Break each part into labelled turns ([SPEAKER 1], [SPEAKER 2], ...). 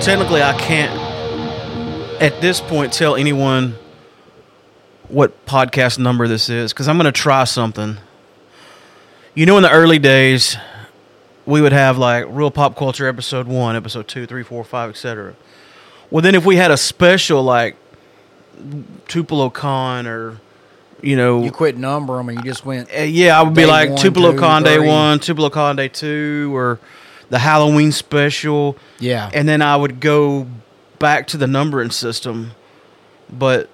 [SPEAKER 1] technically, I can't at this point tell anyone what podcast number this is because I'm going to try something. You know, in the early days, we would have like real pop culture episode one, episode two, three, four, five, etc. Well, then if we had a special like Tupelo Con or you know
[SPEAKER 2] You quit number them and you just went.
[SPEAKER 1] uh, yeah, I would be
[SPEAKER 2] Day
[SPEAKER 1] like
[SPEAKER 2] one,
[SPEAKER 1] Tupelo
[SPEAKER 2] two,
[SPEAKER 1] Con Day
[SPEAKER 2] three.
[SPEAKER 1] One, Tupelo Con Day Two, or the Halloween special,
[SPEAKER 2] Yeah.
[SPEAKER 1] and then I would go back to the numbering system. But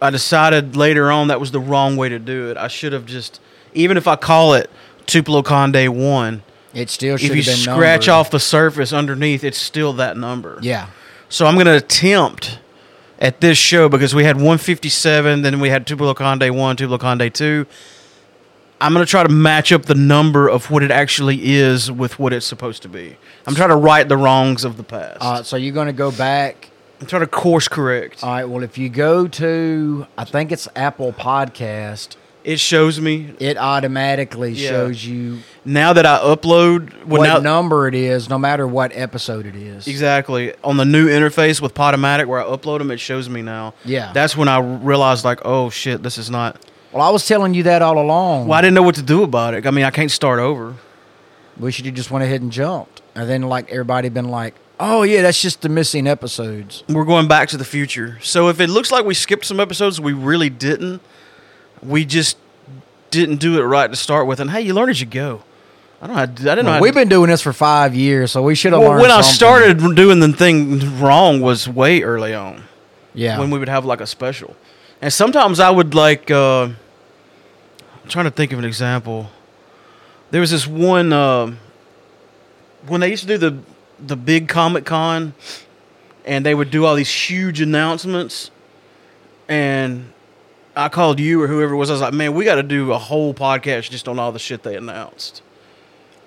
[SPEAKER 1] I decided later on that was the wrong way to do it. I should have just, even if I call it Tupelo Con Day One,
[SPEAKER 2] It still should
[SPEAKER 1] if
[SPEAKER 2] have
[SPEAKER 1] you
[SPEAKER 2] been
[SPEAKER 1] scratch
[SPEAKER 2] numbered.
[SPEAKER 1] off the surface underneath, it's still that number.
[SPEAKER 2] Yeah.
[SPEAKER 1] So I'm going to attempt at this show because we had 157, then we had Tupelo Conde 1, Tupelo Conde 2. I'm going to try to match up the number of what it actually is with what it's supposed to be. I'm trying to right the wrongs of the past.
[SPEAKER 2] Uh, so you're going to go back.
[SPEAKER 1] I'm trying to course correct.
[SPEAKER 2] All right. Well, if you go to, I think it's Apple Podcast,
[SPEAKER 1] it shows me
[SPEAKER 2] it automatically
[SPEAKER 1] Yeah.
[SPEAKER 2] shows you
[SPEAKER 1] now that I upload well,
[SPEAKER 2] what
[SPEAKER 1] now-
[SPEAKER 2] number it is, no matter what episode it is.
[SPEAKER 1] Exactly. On the new interface with Podomatic where I upload them, it shows me now.
[SPEAKER 2] Yeah.
[SPEAKER 1] That's when I realized, like, oh shit, this is not.
[SPEAKER 2] Well, I was telling you that all along.
[SPEAKER 1] Well, I didn't know what to do about it. I mean, I can't start over.
[SPEAKER 2] We should have just went ahead and jumped, and then like everybody been like, "Oh yeah, that's just the missing episodes."
[SPEAKER 1] we're going back to the future. So if it looks like we skipped some episodes, we really didn't. We just didn't do it right to start with. And hey, you learn as you go. I don't. Know how to, do- I didn't know. how to-
[SPEAKER 2] We've been doing this for five years, so we should have
[SPEAKER 1] Well,
[SPEAKER 2] learned.
[SPEAKER 1] when I
[SPEAKER 2] something.
[SPEAKER 1] started doing the thing wrong was way early on
[SPEAKER 2] yeah,
[SPEAKER 1] when we would have like a special, and sometimes I would like. Uh, I'm trying to think of an example. There was this one uh, when they used to do the the big Comic Con, and they would do all these huge announcements, and I called you or whoever it was. I was like, "Man, we got to do a whole podcast just on all the shit they announced."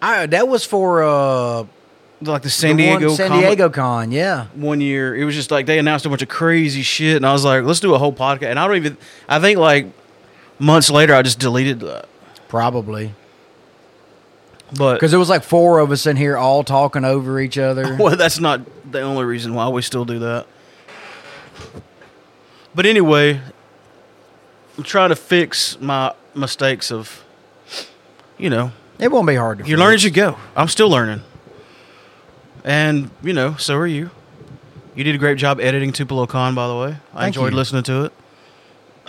[SPEAKER 2] I, that was for uh,
[SPEAKER 1] Like the San
[SPEAKER 2] the one-
[SPEAKER 1] Diego,
[SPEAKER 2] San
[SPEAKER 1] Comic-
[SPEAKER 2] Diego Con. Yeah,
[SPEAKER 1] one year it was just like they announced a bunch of crazy shit and i was like let's do a whole podcast and i don't even i think like months later i just deleted that
[SPEAKER 2] probably
[SPEAKER 1] but
[SPEAKER 2] because it was like four of us in here all talking over each other.
[SPEAKER 1] well that's not the only reason why we still do that but anyway i'm trying to fix my mistakes of you know
[SPEAKER 2] It won't be hard to.
[SPEAKER 1] you learn as you go i'm still learning and you know so are you you did a great job editing tupelo con by the way i
[SPEAKER 2] Thank
[SPEAKER 1] enjoyed
[SPEAKER 2] you.
[SPEAKER 1] listening to it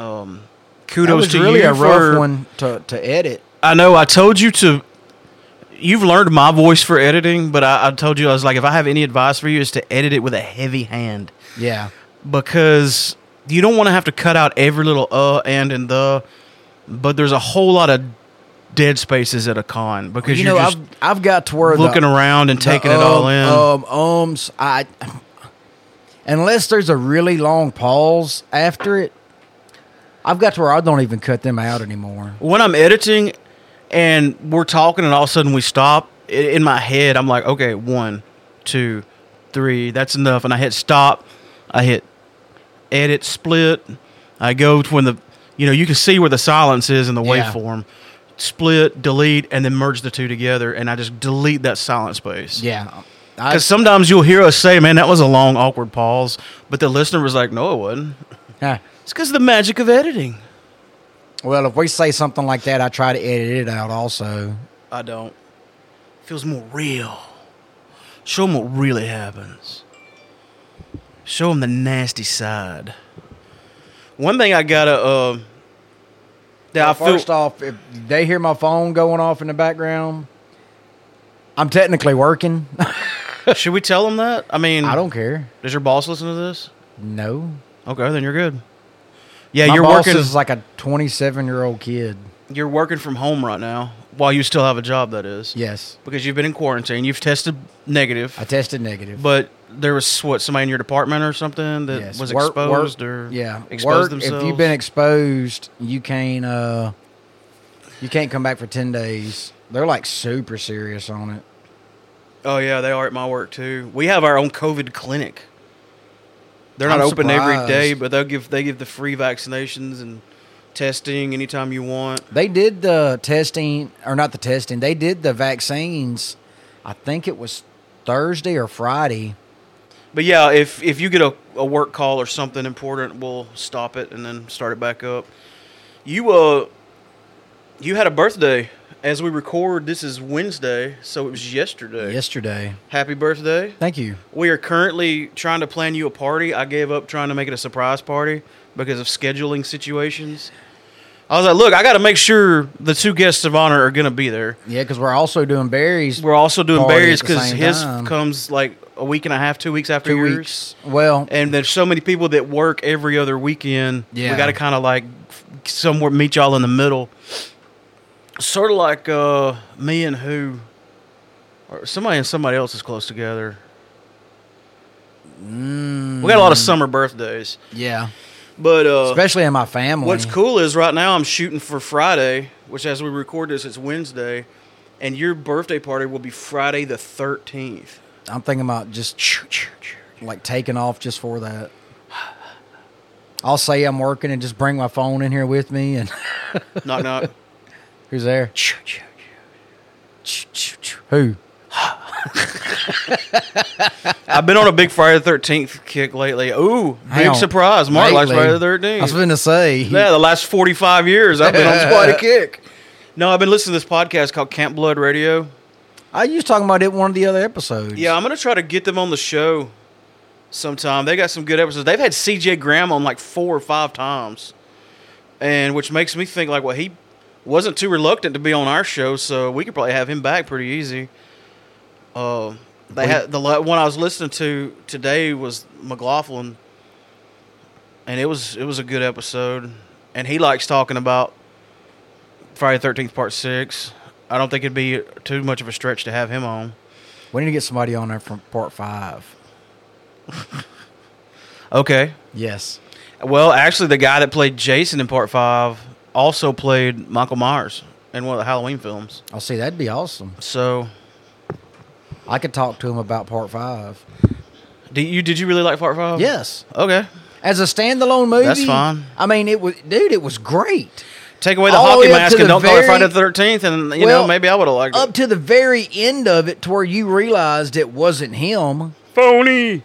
[SPEAKER 1] um
[SPEAKER 2] That
[SPEAKER 1] kudos
[SPEAKER 2] was
[SPEAKER 1] to
[SPEAKER 2] really
[SPEAKER 1] you
[SPEAKER 2] a rough
[SPEAKER 1] for-
[SPEAKER 2] one to, to edit.
[SPEAKER 1] I know I told you to. You've learned my voice for editing, but I, I told you I was like, if I have any advice for you, is to edit it with a heavy hand
[SPEAKER 2] Yeah,
[SPEAKER 1] because you don't want to have to cut out every little uh and and the. But there's a whole lot of dead spaces at a con because
[SPEAKER 2] you
[SPEAKER 1] you are
[SPEAKER 2] know,
[SPEAKER 1] just
[SPEAKER 2] I've I've got to where the-
[SPEAKER 1] looking around and
[SPEAKER 2] the
[SPEAKER 1] taking it all in.
[SPEAKER 2] Um, um, ums, I unless there's a really long pause after it, I've got to where I don't even cut them out anymore.
[SPEAKER 1] when I'm editing and we're talking and all of a sudden we stop, i- in my head, I'm like, okay, one, two, three, that's enough. And I hit stop, I hit edit, split. I go to when the, you know, you can see where the silence is in the
[SPEAKER 2] Yeah.
[SPEAKER 1] waveform. Split, delete, and then merge the two together. And I just delete that silent space.
[SPEAKER 2] Yeah, I,
[SPEAKER 1] Because sometimes you'll hear us say, man, that was a long, awkward pause. But the listener was like, no, it wasn't.
[SPEAKER 2] huh.
[SPEAKER 1] It's because of the magic of editing.
[SPEAKER 2] well, if we say something like that, I try to edit it out. Also,
[SPEAKER 1] I don't. Feels more real. Show them what really happens. Show them the nasty side. One thing I gotta, uh, that I
[SPEAKER 2] Well,
[SPEAKER 1] feel.
[SPEAKER 2] first off, if they hear my phone going off in the background, I'm technically working.
[SPEAKER 1] should we tell them that? I mean,
[SPEAKER 2] I don't care.
[SPEAKER 1] Does your boss listen to this?
[SPEAKER 2] No,
[SPEAKER 1] Okay, then you're good. Yeah,
[SPEAKER 2] my
[SPEAKER 1] you're
[SPEAKER 2] boss
[SPEAKER 1] working.
[SPEAKER 2] is like a 27 year old kid.
[SPEAKER 1] you're working from home right now while you still have a job. That is
[SPEAKER 2] Yes,
[SPEAKER 1] because you've been in quarantine. You've tested negative,
[SPEAKER 2] I tested negative.
[SPEAKER 1] but there was what somebody in your department or something that
[SPEAKER 2] Yes.
[SPEAKER 1] was
[SPEAKER 2] Work- work-
[SPEAKER 1] exposed or
[SPEAKER 2] yeah
[SPEAKER 1] exposed
[SPEAKER 2] work,
[SPEAKER 1] themselves.
[SPEAKER 2] if you've been exposed you can't uh you can't come back for 10 days they're like super serious on it
[SPEAKER 1] Oh yeah, they are at my work too. We have our own COVID clinic. They're not
[SPEAKER 2] I'm
[SPEAKER 1] open every day,
[SPEAKER 2] surprised.
[SPEAKER 1] but they'll give they give the free vaccinations and testing anytime you want.
[SPEAKER 2] they did the testing or not the testing they did the vaccines i think it was thursday or friday
[SPEAKER 1] But yeah, if if you get a, a work call or something important, we'll stop it and then start it back up. You uh, you had a birthday. As we record, this is Wednesday, so it was yesterday.
[SPEAKER 2] Yesterday.
[SPEAKER 1] Happy birthday.
[SPEAKER 2] Thank you.
[SPEAKER 1] We are currently trying to plan you a party. I gave up trying to make it a surprise party because of scheduling situations. I was like, look, I got to make sure the two guests of honor are going to be there.
[SPEAKER 2] Yeah, because we're also doing berries.
[SPEAKER 1] We're also doing
[SPEAKER 2] Party at
[SPEAKER 1] Barry's
[SPEAKER 2] the
[SPEAKER 1] because
[SPEAKER 2] same
[SPEAKER 1] his
[SPEAKER 2] time.
[SPEAKER 1] comes like a week and a half, two weeks after
[SPEAKER 2] two
[SPEAKER 1] yours.
[SPEAKER 2] weeks. Well,
[SPEAKER 1] And there's so many people that work every other weekend.
[SPEAKER 2] Yeah.
[SPEAKER 1] We got to kind of like f- somewhere meet y'all in the middle. Sort of like uh, me and who, or somebody and somebody else is close together.
[SPEAKER 2] Mm.
[SPEAKER 1] We got a lot of summer birthdays,
[SPEAKER 2] yeah,
[SPEAKER 1] but uh,
[SPEAKER 2] especially in my family.
[SPEAKER 1] What's cool is right now I'm shooting for Friday, which as we record this, it's Wednesday, and your birthday party will be Friday the 13th.
[SPEAKER 2] I'm thinking about just like taking off just for that. I'll say I'm working and just bring my phone in here with me. And
[SPEAKER 1] Knock, knock.
[SPEAKER 2] who's there? Who?
[SPEAKER 1] I've been on a big Friday the 13th kick lately. Ooh,
[SPEAKER 2] Hang
[SPEAKER 1] big
[SPEAKER 2] on.
[SPEAKER 1] surprise. Mark likes Friday
[SPEAKER 2] Lately.
[SPEAKER 1] the
[SPEAKER 2] I was
[SPEAKER 1] 13th.
[SPEAKER 2] going to say.
[SPEAKER 1] Yeah, the last 45 years I've been on quite a kick. No, I've been listening to this podcast called Camp Blood Radio.
[SPEAKER 2] I was talking about it in one of the other episodes.
[SPEAKER 1] Yeah, I'm going to try to get them on the show sometime. They got some good episodes. They've had CJ Graham on like four or five times, and which makes me think like, well, he wasn't too reluctant to be on our show, so we could probably have him back pretty easy. Uh, they had the la- one I was listening to today was McLaughlin, and it was it was a good episode, and he likes talking about Friday Thirteenth Part Six. I don't think it'd be too much of a stretch to have him on.
[SPEAKER 2] We need to get somebody on there from part five.
[SPEAKER 1] Okay,
[SPEAKER 2] Yes.
[SPEAKER 1] Well, actually, the guy that played Jason in Part Five also played Michael Myers in one of the Halloween films.
[SPEAKER 2] I'll Oh, see. That'd be awesome.
[SPEAKER 1] So,
[SPEAKER 2] I could talk to him about part five.
[SPEAKER 1] do you did you really like Part Five?
[SPEAKER 2] Yes.
[SPEAKER 1] Okay.
[SPEAKER 2] As a standalone movie.
[SPEAKER 1] That's fine.
[SPEAKER 2] I mean, it was, dude, it was great.
[SPEAKER 1] Take away the
[SPEAKER 2] All the
[SPEAKER 1] hockey
[SPEAKER 2] way up
[SPEAKER 1] mask
[SPEAKER 2] to
[SPEAKER 1] and
[SPEAKER 2] the
[SPEAKER 1] don't call it
[SPEAKER 2] very-
[SPEAKER 1] Friday the Thirteenth, and you know
[SPEAKER 2] Well,
[SPEAKER 1] maybe I would have liked
[SPEAKER 2] Up
[SPEAKER 1] it.
[SPEAKER 2] to the very end of it, to where you realized it wasn't him.
[SPEAKER 1] Phony.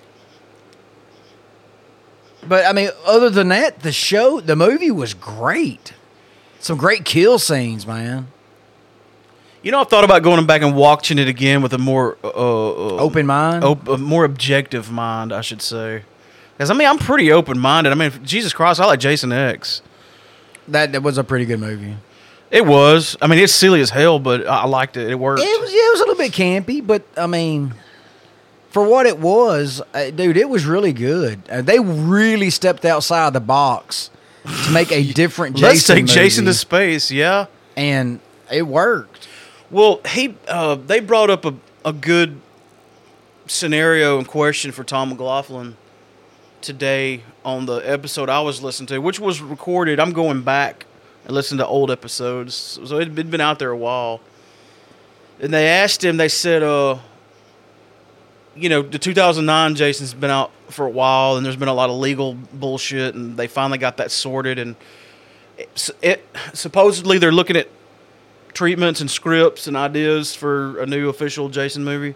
[SPEAKER 2] But I mean, other than that, the show, the movie was great. Some great kill scenes, man.
[SPEAKER 1] You know, I've thought about going back and watching it again with a more uh, uh,
[SPEAKER 2] Open mind.
[SPEAKER 1] op- a more objective mind, I should say. Because I mean, I'm pretty open minded. I mean, Jesus Christ, I like Jason X.
[SPEAKER 2] That, that was a pretty good movie.
[SPEAKER 1] It was. I mean, it's silly as hell, but I I liked it. It worked.
[SPEAKER 2] It was, yeah, it was a little bit campy, but I mean, for what it was, uh, dude, it was really good. Uh, they really stepped outside the box to make a different Jason.
[SPEAKER 1] Let's take Jason to
[SPEAKER 2] movie,
[SPEAKER 1] space. Yeah.
[SPEAKER 2] and it worked.
[SPEAKER 1] Well, he uh, they brought up a, a good scenario and question for Tom McLaughlin today on the episode I was listening to, which was recorded. I'm going back and listening to old episodes, so it had been out there a while. And they asked him. They said, "Uh, you know, the 2009 Jason's been out for a while, and there's been a lot of legal bullshit, and they finally got that sorted. And it, it supposedly they're looking at treatments and scripts and ideas for a new official Jason movie.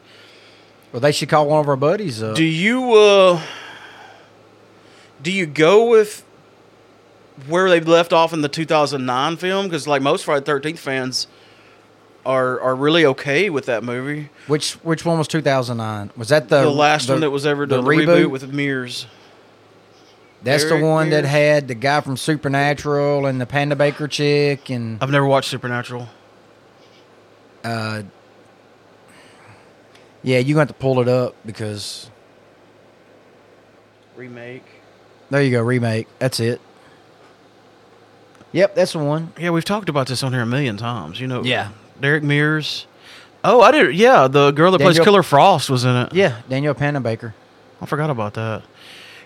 [SPEAKER 2] Well, they should call one of our buddies up.
[SPEAKER 1] Do you uh do you go with where they left off in the 2009 film cuz like most Friday the 13th fans are are really okay with that movie.
[SPEAKER 2] which which one was two thousand nine? Was that the
[SPEAKER 1] the last one that was ever
[SPEAKER 2] the
[SPEAKER 1] done, the reboot? with Mears.
[SPEAKER 2] That's the
[SPEAKER 1] Eric
[SPEAKER 2] one that
[SPEAKER 1] Mears?
[SPEAKER 2] had the guy from Supernatural and the Panda Baker chick and
[SPEAKER 1] I've never watched Supernatural.
[SPEAKER 2] uh, yeah, you are gonna have to pull it up because
[SPEAKER 1] Remake.
[SPEAKER 2] there you go remake. That's it. Yep, that's the one.
[SPEAKER 1] Yeah, we've talked about this on here a million times, you know.
[SPEAKER 2] Yeah.
[SPEAKER 1] Derek Mears. Oh, I did. Yeah, the girl that plays
[SPEAKER 2] Daniel-
[SPEAKER 1] Killer Frost was in it.
[SPEAKER 2] Yeah, Daniel Panda Baker.
[SPEAKER 1] I forgot about that.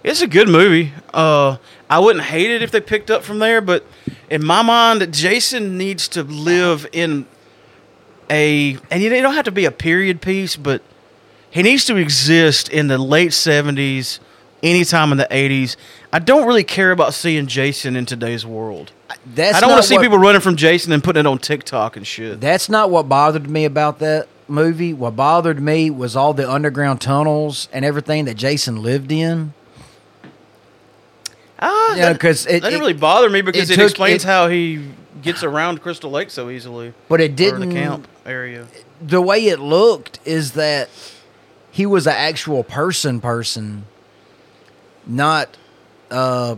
[SPEAKER 1] It's a good movie. Uh, I wouldn't hate it if they picked up from there, but in my mind, Jason needs to live in a, and you don't have to be a period piece, but he needs to exist in the late seventies, anytime in the eighties. I don't really care about seeing Jason in today's world.
[SPEAKER 2] That's
[SPEAKER 1] I don't want
[SPEAKER 2] not
[SPEAKER 1] to see
[SPEAKER 2] what-
[SPEAKER 1] people running from Jason and putting it on TikTok and shit.
[SPEAKER 2] That's not what bothered me about that. movie, what bothered me was all the underground tunnels and everything that Jason lived in.
[SPEAKER 1] Ah,
[SPEAKER 2] You know,
[SPEAKER 1] that-
[SPEAKER 2] 'cause it-
[SPEAKER 1] that didn't
[SPEAKER 2] it-
[SPEAKER 1] really bother me because
[SPEAKER 2] it
[SPEAKER 1] it,
[SPEAKER 2] took-
[SPEAKER 1] explains
[SPEAKER 2] it-
[SPEAKER 1] how he gets around Crystal Lake so easily.
[SPEAKER 2] But it
[SPEAKER 1] Or in
[SPEAKER 2] didn't.
[SPEAKER 1] the camp area.
[SPEAKER 2] The way it looked is that he was an actual person, person, not uh,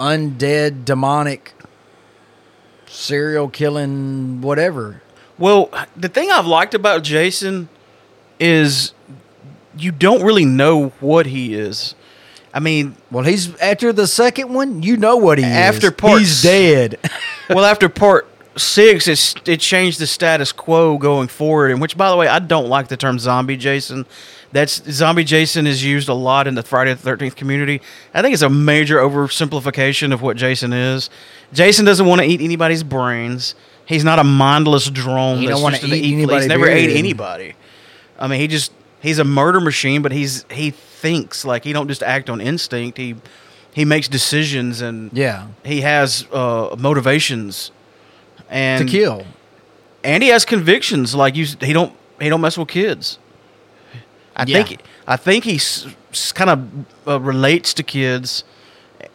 [SPEAKER 2] undead, demonic, serial killing, whatever.
[SPEAKER 1] Well, the thing I've liked about Jason is you don't really know what he is. I mean,
[SPEAKER 2] Well, he's after the second one. You know what he is.
[SPEAKER 1] After part
[SPEAKER 2] he's
[SPEAKER 1] s-
[SPEAKER 2] dead.
[SPEAKER 1] well, after part six, it's, it changed the status quo going forward. And which, by the way, I don't like the term zombie Jason. That's zombie Jason is used a lot in the Friday the Thirteenth community. I think it's a major oversimplification of what Jason is. Jason doesn't want to eat anybody's brains. He's not a mindless drone.
[SPEAKER 2] He don't
[SPEAKER 1] that's
[SPEAKER 2] wanna
[SPEAKER 1] just gonna
[SPEAKER 2] eat
[SPEAKER 1] eat fleas.
[SPEAKER 2] anybody,
[SPEAKER 1] He's never
[SPEAKER 2] period.
[SPEAKER 1] ate anybody. I mean, he just he's a murder machine, but he's he thinks like he don't just act on instinct. He he makes decisions and
[SPEAKER 2] yeah,
[SPEAKER 1] he has uh, motivations and
[SPEAKER 2] to kill.
[SPEAKER 1] and he has convictions like you s- he don't he don't mess with kids i
[SPEAKER 2] Yeah.
[SPEAKER 1] think i think he s- s- kind of uh, relates to kids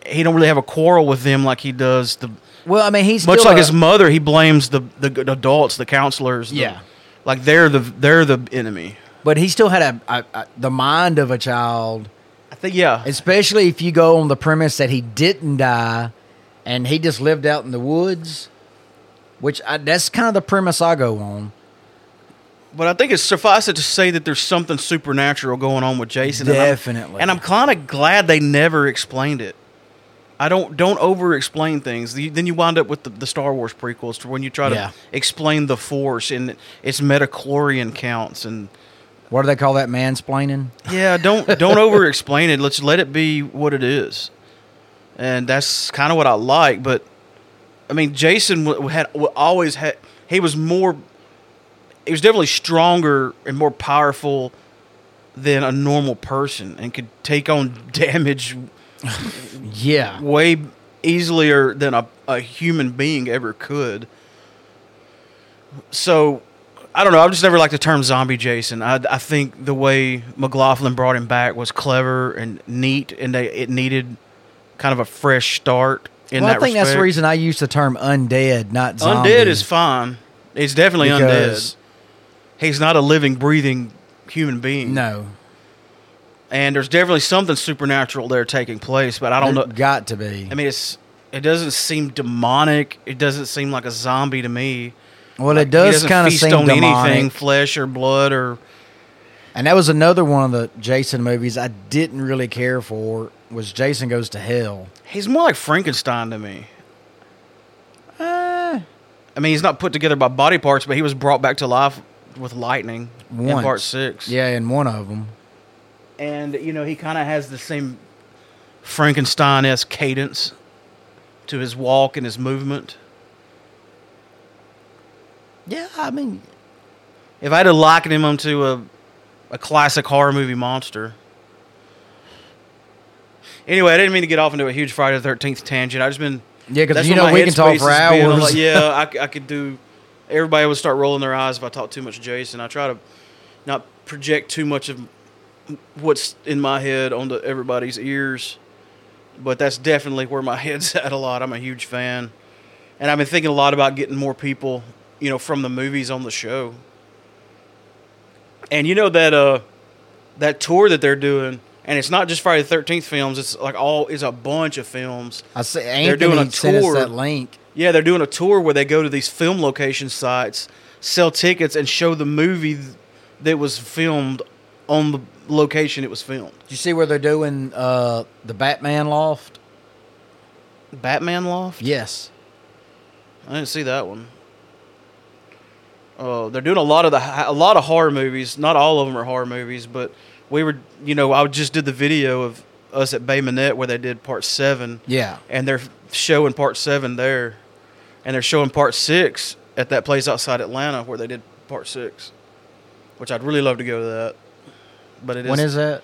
[SPEAKER 1] he don't really have a quarrel with them like he does the
[SPEAKER 2] Well, I mean, he's
[SPEAKER 1] much
[SPEAKER 2] still
[SPEAKER 1] like
[SPEAKER 2] a-
[SPEAKER 1] his mother he blames the the g- adults the counselors the-
[SPEAKER 2] Yeah.
[SPEAKER 1] like they're the they're the enemy
[SPEAKER 2] but he still had a, a, a the mind of a child.
[SPEAKER 1] i think yeah
[SPEAKER 2] Especially if you go on the premise that he didn't die and he just lived out in the woods, which I, that's kind of the premise I go on.
[SPEAKER 1] But I think it's suffice it to say that there's something supernatural going on with Jason. and I'm-
[SPEAKER 2] Definitely.
[SPEAKER 1] And I'm, kind of glad they never explained it. I don't don't over explain things. You- Then you wind up with the, the Star Wars prequels to when you try to
[SPEAKER 2] Yeah.
[SPEAKER 1] explain the Force and its metachlorian counts and
[SPEAKER 2] What do they call that? Mansplaining?
[SPEAKER 1] yeah, don't don't over explain it. Let's let it be what it is, and that's kind of what I like. But I mean, Jason w- had w- always had he was more he was definitely stronger and more powerful than a normal person, and could take on damage
[SPEAKER 2] Yeah.
[SPEAKER 1] way easier than a, a human being ever could. So, I don't know. I've just never liked the term zombie Jason. I, I think the way McLaughlin brought him back was clever and neat, and they, it needed kind of a fresh start. In
[SPEAKER 2] well, I
[SPEAKER 1] that
[SPEAKER 2] think that's the
[SPEAKER 1] respect.
[SPEAKER 2] reason I use the term undead, not zombie.
[SPEAKER 1] Undead is fine. It's definitely
[SPEAKER 2] Because-
[SPEAKER 1] undead. He's not a living, breathing human being.
[SPEAKER 2] No.
[SPEAKER 1] And there's definitely something supernatural there taking place, but I don't know.
[SPEAKER 2] Got to be.
[SPEAKER 1] I mean, it's it doesn't seem demonic. It doesn't seem like a zombie to me.
[SPEAKER 2] well,
[SPEAKER 1] Like,
[SPEAKER 2] it
[SPEAKER 1] he
[SPEAKER 2] does
[SPEAKER 1] doesn't
[SPEAKER 2] kind of
[SPEAKER 1] feast
[SPEAKER 2] seem
[SPEAKER 1] on
[SPEAKER 2] demonic.
[SPEAKER 1] anything, flesh or blood or.
[SPEAKER 2] And that was another one of the Jason movies I didn't really care for was Jason Goes to Hell.
[SPEAKER 1] He's more like Frankenstein to me.
[SPEAKER 2] Uh,
[SPEAKER 1] I mean, he's not put together by body parts, but he was brought back to life with lightning in
[SPEAKER 2] Once.
[SPEAKER 1] part six.
[SPEAKER 2] yeah, in one of them.
[SPEAKER 1] and you know he kind of has the same Frankenstein esque cadence to his walk and his movement.
[SPEAKER 2] Yeah, I mean,
[SPEAKER 1] If I had to liken him onto a a classic horror movie monster. Anyway, I didn't mean to get off into a huge Friday the Thirteenth tangent. I just been
[SPEAKER 2] Yeah, 'cause
[SPEAKER 1] that's
[SPEAKER 2] you
[SPEAKER 1] what
[SPEAKER 2] know
[SPEAKER 1] my
[SPEAKER 2] we can talk
[SPEAKER 1] headspace
[SPEAKER 2] for
[SPEAKER 1] has been. I'm
[SPEAKER 2] hours.
[SPEAKER 1] like, yeah, I, c- I could do. Everybody would start rolling their eyes if I talk too much Jason. I try to not project too much of what's in my head onto everybody's ears, but that's definitely where my head's at a lot. I'm a huge fan, and I've been thinking a lot about getting more people, you know, from the movies on the show. And you know that uh that tour that they're doing, and it's not just Friday the Thirteenth films. It's like all it's a bunch of films.
[SPEAKER 2] I see Anthony
[SPEAKER 1] They're doing a
[SPEAKER 2] sent us
[SPEAKER 1] tour.
[SPEAKER 2] that link.
[SPEAKER 1] Yeah, they're doing a tour where they go to these film location sites, sell tickets, and show the movie th- that was filmed on the location it was filmed.
[SPEAKER 2] Did you see where they're doing uh, the Batman loft?
[SPEAKER 1] Batman Loft.
[SPEAKER 2] Yes.
[SPEAKER 1] I didn't see that one. Uh, they're doing a lot of the a lot of horror movies. Not all of them are horror movies, but we were, you know, I just did the video of us at Bay Minette where they did part seven.
[SPEAKER 2] Yeah.
[SPEAKER 1] and they're showing part seven there, and they're showing part six at that place outside Atlanta where they did part six, which I'd really love to go to that. But it is
[SPEAKER 2] When is that?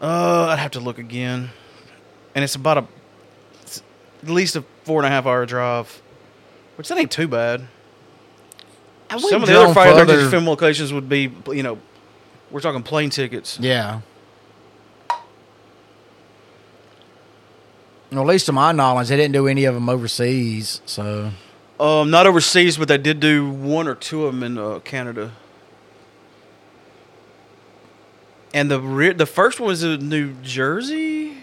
[SPEAKER 1] uh, I'd have to look again, and it's about a it's at least a four and a half hour drive, which that ain't too bad.
[SPEAKER 2] And we've
[SPEAKER 1] Some of the other
[SPEAKER 2] drawn
[SPEAKER 1] fire
[SPEAKER 2] further-
[SPEAKER 1] film locations would be, you know, we're talking plane tickets.
[SPEAKER 2] Yeah. Well, at least to my knowledge, they didn't do any of them overseas. So
[SPEAKER 1] Um, not overseas, but they did do one or two of them in uh, Canada. And the re- the first one was in New Jersey.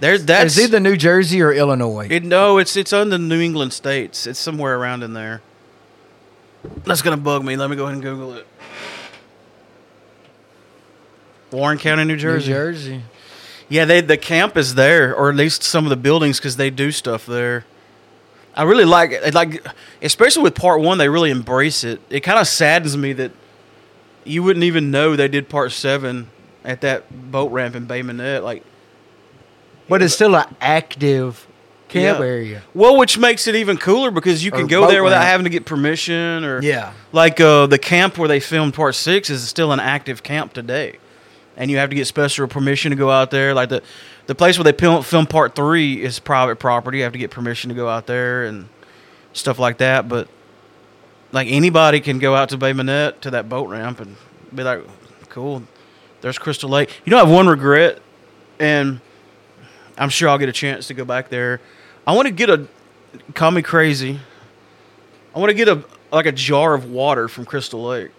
[SPEAKER 1] There's that's
[SPEAKER 2] it's either New Jersey or Illinois.
[SPEAKER 1] it, no, it's it's on the New England states. It's somewhere around in there. That's gonna bug me. Let me go ahead and Google it. Warren County, New Jersey.
[SPEAKER 2] New Jersey.
[SPEAKER 1] Yeah, they the camp is there, or at least some of the buildings, because they do stuff there. I really like it. Like, especially with part one, they really embrace it. It kind of saddens me that you wouldn't even know they did part seven at that boat ramp in Bay Minette. Like,
[SPEAKER 2] But it's still an active camp
[SPEAKER 1] Yeah.
[SPEAKER 2] area.
[SPEAKER 1] well, which makes it even cooler because you can
[SPEAKER 2] Or
[SPEAKER 1] go
[SPEAKER 2] boat
[SPEAKER 1] there without
[SPEAKER 2] ramp.
[SPEAKER 1] having to get permission or
[SPEAKER 2] Yeah.
[SPEAKER 1] Like uh, the camp where they filmed part six is still an active camp today, and you have to get special permission to go out there. Like the the place where they film, film part three is private property. You have to get permission to go out there and stuff like that. But like anybody can go out to Bay Minette to that boat ramp and be like, "Cool, there's Crystal Lake." You know, I have one regret, and I'm sure I'll get a chance to go back there. I want to get a call me crazy. I want to get a like a jar of water from Crystal Lake.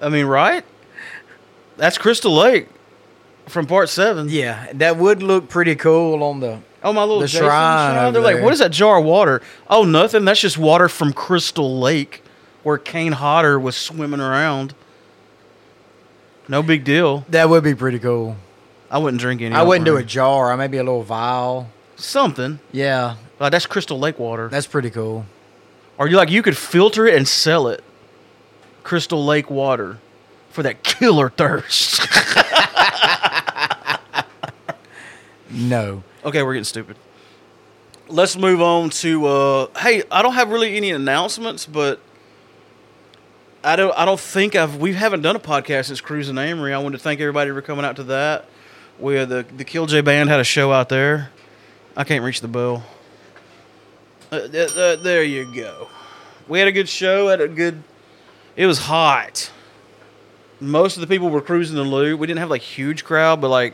[SPEAKER 1] I mean, right? That's Crystal Lake from part seven.
[SPEAKER 2] Yeah, that would look pretty cool on the.
[SPEAKER 1] Oh, my little
[SPEAKER 2] The
[SPEAKER 1] Jason
[SPEAKER 2] shrine over
[SPEAKER 1] They're like,
[SPEAKER 2] there.
[SPEAKER 1] what is that jar of water? Oh, nothing. That's just water from Crystal Lake, where Kane Hodder was swimming around. No big deal.
[SPEAKER 2] That would be pretty cool.
[SPEAKER 1] I wouldn't drink any.
[SPEAKER 2] I wouldn't do
[SPEAKER 1] of
[SPEAKER 2] a jar. I maybe a little vial.
[SPEAKER 1] Something
[SPEAKER 2] Yeah,
[SPEAKER 1] like that's Crystal Lake water.
[SPEAKER 2] that's pretty cool.
[SPEAKER 1] Or you like you could filter it and sell it, Crystal Lake water, for that killer thirst.
[SPEAKER 2] No.
[SPEAKER 1] okay, we're getting stupid. Let's move on to uh, hey, I don't have really any announcements, but I don't I don't think I've we haven't done a podcast since Cruising Amory. I wanted to thank everybody for coming out to that. We uh, the the Kill J band had a show out there. I can't reach the bell. Uh, th- th- there you go. We had a good show. Had a good. It was hot. Most of the people were cruising the loo. We didn't have like huge crowd, but like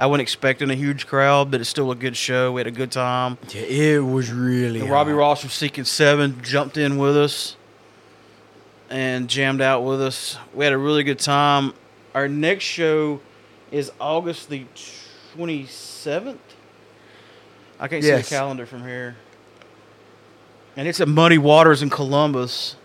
[SPEAKER 1] I wasn't expecting a huge crowd. But it's still a good show. We had a good time.
[SPEAKER 2] Yeah, it was really.
[SPEAKER 1] And Robbie
[SPEAKER 2] hot.
[SPEAKER 1] Ross from Seeking Seven jumped in with us and jammed out with us. We had a really good time. Our next show is August the 27th. I can't
[SPEAKER 2] Yes.
[SPEAKER 1] see the calendar from here. And it's at Muddy Waters in Columbus.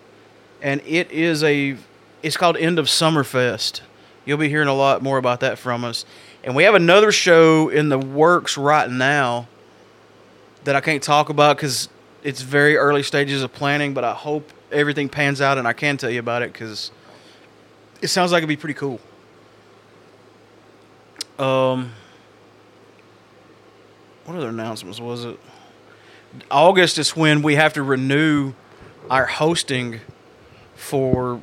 [SPEAKER 1] And it is a it's called End of Summerfest. You'll be hearing a lot more about that from us. And we have another show in the works right now that I can't talk about because it's very early stages of planning. But I hope everything pans out, and I can tell you about it because it sounds like it'd be pretty cool. Um, what other announcements was it? August is when we have to renew our hosting for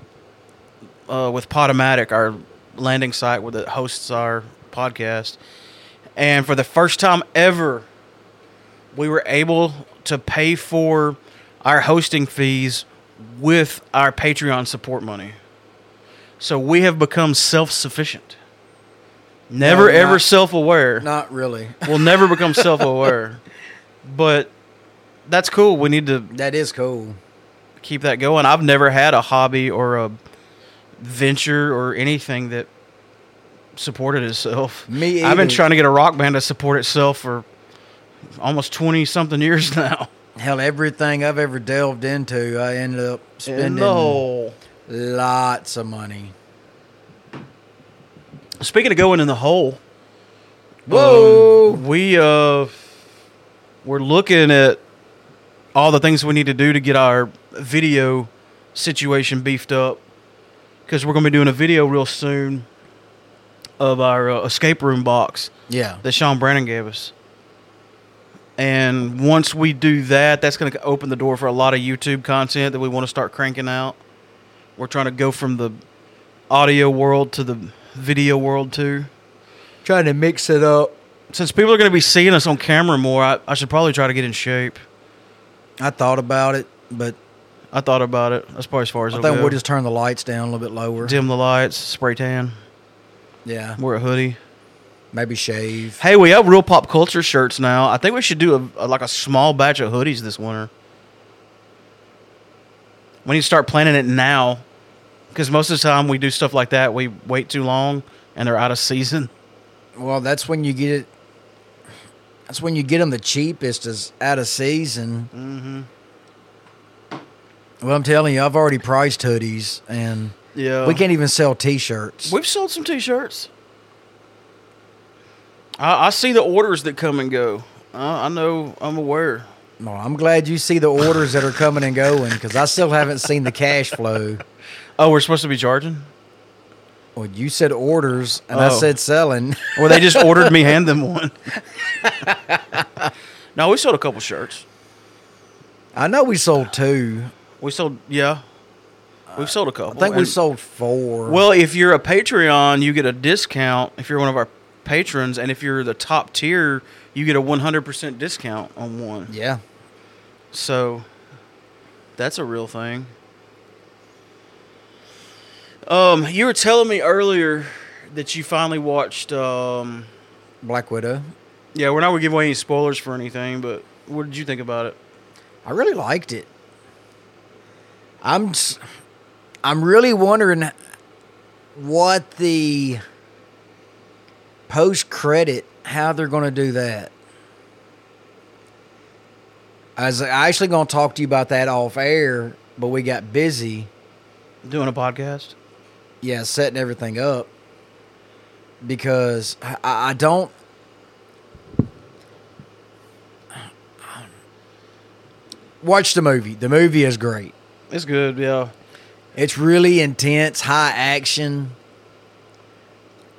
[SPEAKER 1] uh, with Potomatic, our landing site where that hosts our podcast. And for the first time ever, we were able to pay for our hosting fees with our Patreon support money. So we have become self sufficient. Never
[SPEAKER 2] No,
[SPEAKER 1] ever
[SPEAKER 2] not-
[SPEAKER 1] self aware
[SPEAKER 2] Not really.
[SPEAKER 1] will never become self aware. But that's cool. We need to
[SPEAKER 2] That is cool.
[SPEAKER 1] keep that going. I've never had a hobby or a venture or anything that supported itself.
[SPEAKER 2] Me
[SPEAKER 1] I've been
[SPEAKER 2] either.
[SPEAKER 1] trying to get a rock band to support itself for almost 20 something years now.
[SPEAKER 2] Hell, everything I've ever delved into, I ended up spending
[SPEAKER 1] No.
[SPEAKER 2] lots of money.
[SPEAKER 1] Speaking of going in the hole,
[SPEAKER 2] Whoa!
[SPEAKER 1] Um, we uh, we're looking at all the things we need to do to get our video situation beefed up because we're going to be doing a video real soon of our uh, escape room box
[SPEAKER 2] yeah,
[SPEAKER 1] that Sean Brandon gave us. And once we do that, that's going to open the door for a lot of YouTube content that we want to start cranking out. We're trying to go from the audio world to the video world too
[SPEAKER 2] trying to mix it up.
[SPEAKER 1] since people are going to be seeing us on camera more, I, I should probably try to get in shape.
[SPEAKER 2] I thought about it, but
[SPEAKER 1] I thought about it. That's probably as far as
[SPEAKER 2] I
[SPEAKER 1] it'll
[SPEAKER 2] think
[SPEAKER 1] go.
[SPEAKER 2] we'll just turn the lights down a little bit lower.
[SPEAKER 1] dim the lights, spray tan,
[SPEAKER 2] Yeah,
[SPEAKER 1] wear a hoodie.
[SPEAKER 2] maybe shave.
[SPEAKER 1] Hey, we have real pop culture shirts now. I think we should do a, a- like a small batch of hoodies this winter. We need to start planning it now, because most of the time we do stuff like that, we wait too long and they're out of season.
[SPEAKER 2] Well, that's when you get it. That's when you get them the cheapest is out of season.
[SPEAKER 1] Mm-hmm.
[SPEAKER 2] Well, I'm telling you, I've already priced hoodies, and
[SPEAKER 1] Yeah,
[SPEAKER 2] we can't even sell T-shirts.
[SPEAKER 1] We've sold some T-shirts. I, I see the orders that come and go. I, I know. I'm aware.
[SPEAKER 2] Well, I'm glad you see the orders that are coming and going because I still haven't seen the cash flow.
[SPEAKER 1] Oh, we're supposed to be charging.
[SPEAKER 2] Well, you said orders, and I
[SPEAKER 1] Oh.
[SPEAKER 2] said selling.
[SPEAKER 1] Or they just ordered me hand them one. no, we sold a couple shirts.
[SPEAKER 2] I know we sold two.
[SPEAKER 1] We sold, yeah. We've sold a
[SPEAKER 2] I
[SPEAKER 1] couple.
[SPEAKER 2] think we
[SPEAKER 1] And-
[SPEAKER 2] sold four.
[SPEAKER 1] Well, if you're a Patreon, you get a discount if you're one of our patrons, and if you're the top tier, you get a 100% discount on one.
[SPEAKER 2] yeah,
[SPEAKER 1] So that's a real thing. Um, you were telling me earlier that you finally watched. Um,
[SPEAKER 2] Black Widow.
[SPEAKER 1] yeah, we're not gonna give away any spoilers for anything, but what did you think about it?
[SPEAKER 2] I really liked it. I'm s- I'm really wondering what the post credit how they're going to do that. I was actually going to talk to you about that off air, but we got busy,
[SPEAKER 1] Doing a podcast?
[SPEAKER 2] yeah, setting everything up because I, I I don't. Watch the movie. The movie is great.
[SPEAKER 1] It's good, yeah.
[SPEAKER 2] It's really intense, high action.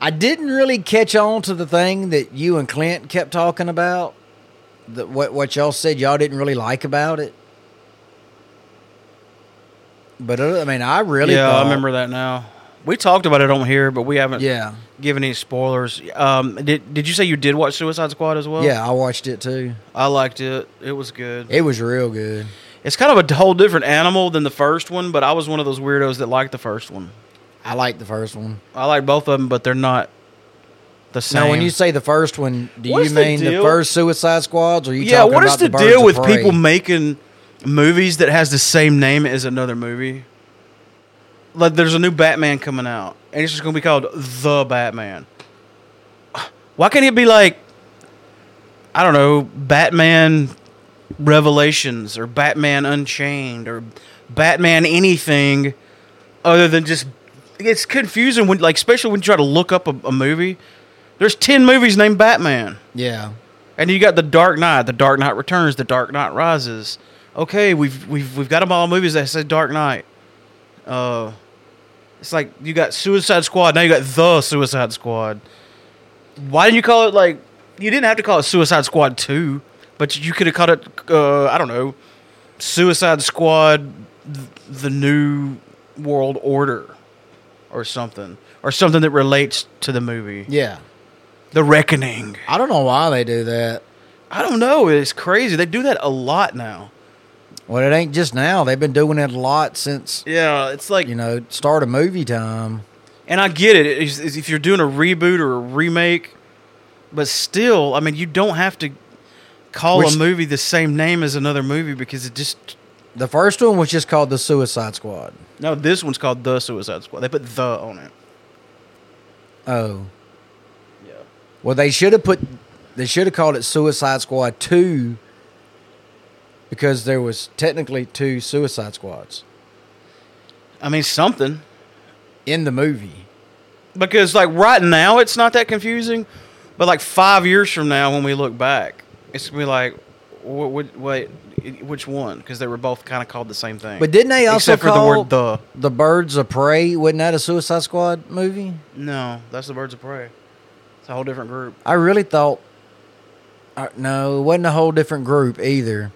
[SPEAKER 2] I didn't really catch on to the thing that you and Clint kept talking about. That what what y'all said y'all didn't really like about it. But uh, I mean, I really
[SPEAKER 1] yeah,
[SPEAKER 2] thought-
[SPEAKER 1] I remember that now. We talked about it on here, but we haven't
[SPEAKER 2] Yeah,
[SPEAKER 1] given any spoilers. Um, did Did you say you did watch Suicide Squad as well?
[SPEAKER 2] yeah, I watched it too.
[SPEAKER 1] I liked it. It was good.
[SPEAKER 2] It was real good.
[SPEAKER 1] It's kind of a whole different animal than the first one, but I was one of those weirdos that liked the first one.
[SPEAKER 2] I liked the first one.
[SPEAKER 1] I like both of them, but they're not the same.
[SPEAKER 2] Now, when you say the first one, do
[SPEAKER 1] What's
[SPEAKER 2] you
[SPEAKER 1] the
[SPEAKER 2] mean the,
[SPEAKER 1] deal?
[SPEAKER 2] first Suicide Squads? Or are you
[SPEAKER 1] yeah,
[SPEAKER 2] talking
[SPEAKER 1] what is
[SPEAKER 2] about
[SPEAKER 1] the
[SPEAKER 2] Birds
[SPEAKER 1] deal
[SPEAKER 2] of
[SPEAKER 1] with
[SPEAKER 2] Prey?
[SPEAKER 1] people making movies that has the same name as another movie? Like, there's a new Batman coming out, and it's just going to be called the Batman. Why can't it be like, I don't know, Batman Revelations or Batman Unchained or Batman anything other than just it's confusing when like especially when you try to look up a, a movie. There's ten movies named Batman.
[SPEAKER 2] Yeah,
[SPEAKER 1] And you got the Dark Knight, the Dark Knight Returns, the Dark Knight Rises. Okay, we've we've we've got them all movies that say Dark Knight. Uh, it's like you got Suicide Squad. Now you got the Suicide Squad. Why didn't you call it like you didn't have to call it Suicide Squad Two, but you could have called it uh, I don't know, Suicide Squad, th- the New World Order, or something, or something that relates to the movie,
[SPEAKER 2] yeah.
[SPEAKER 1] The Reckoning.
[SPEAKER 2] I don't know why they do that.
[SPEAKER 1] I don't know. It's crazy. They do that a lot now.
[SPEAKER 2] Well, it ain't just now. They've been doing it a lot since
[SPEAKER 1] Yeah, it's like,
[SPEAKER 2] you know start of movie time.
[SPEAKER 1] and I get it. It's, it's if you're doing a reboot or a remake, but still, I mean, you don't have to call
[SPEAKER 2] Which-
[SPEAKER 1] a movie the same name as another movie because it just
[SPEAKER 2] The first one was just called the Suicide Squad.
[SPEAKER 1] no. This one's called the Suicide Squad. They put the on it.
[SPEAKER 2] Oh,
[SPEAKER 1] Yeah.
[SPEAKER 2] well, they should have put they should have called it Suicide Squad Two because there was technically two Suicide Squads
[SPEAKER 1] I mean something
[SPEAKER 2] in the movie.
[SPEAKER 1] because like right now it's not that confusing, but like five years from now when we look back, it's gonna be like, what, what, wait, which one? Because they were both kind of called the same thing.
[SPEAKER 2] But didn't they also
[SPEAKER 1] except for the
[SPEAKER 2] call
[SPEAKER 1] word the.
[SPEAKER 2] the Birds of Prey? Wasn't that a Suicide Squad movie?
[SPEAKER 1] No, that's the Birds of Prey. It's a whole different group.
[SPEAKER 2] I really thought. Uh, no, it wasn't a whole different group either.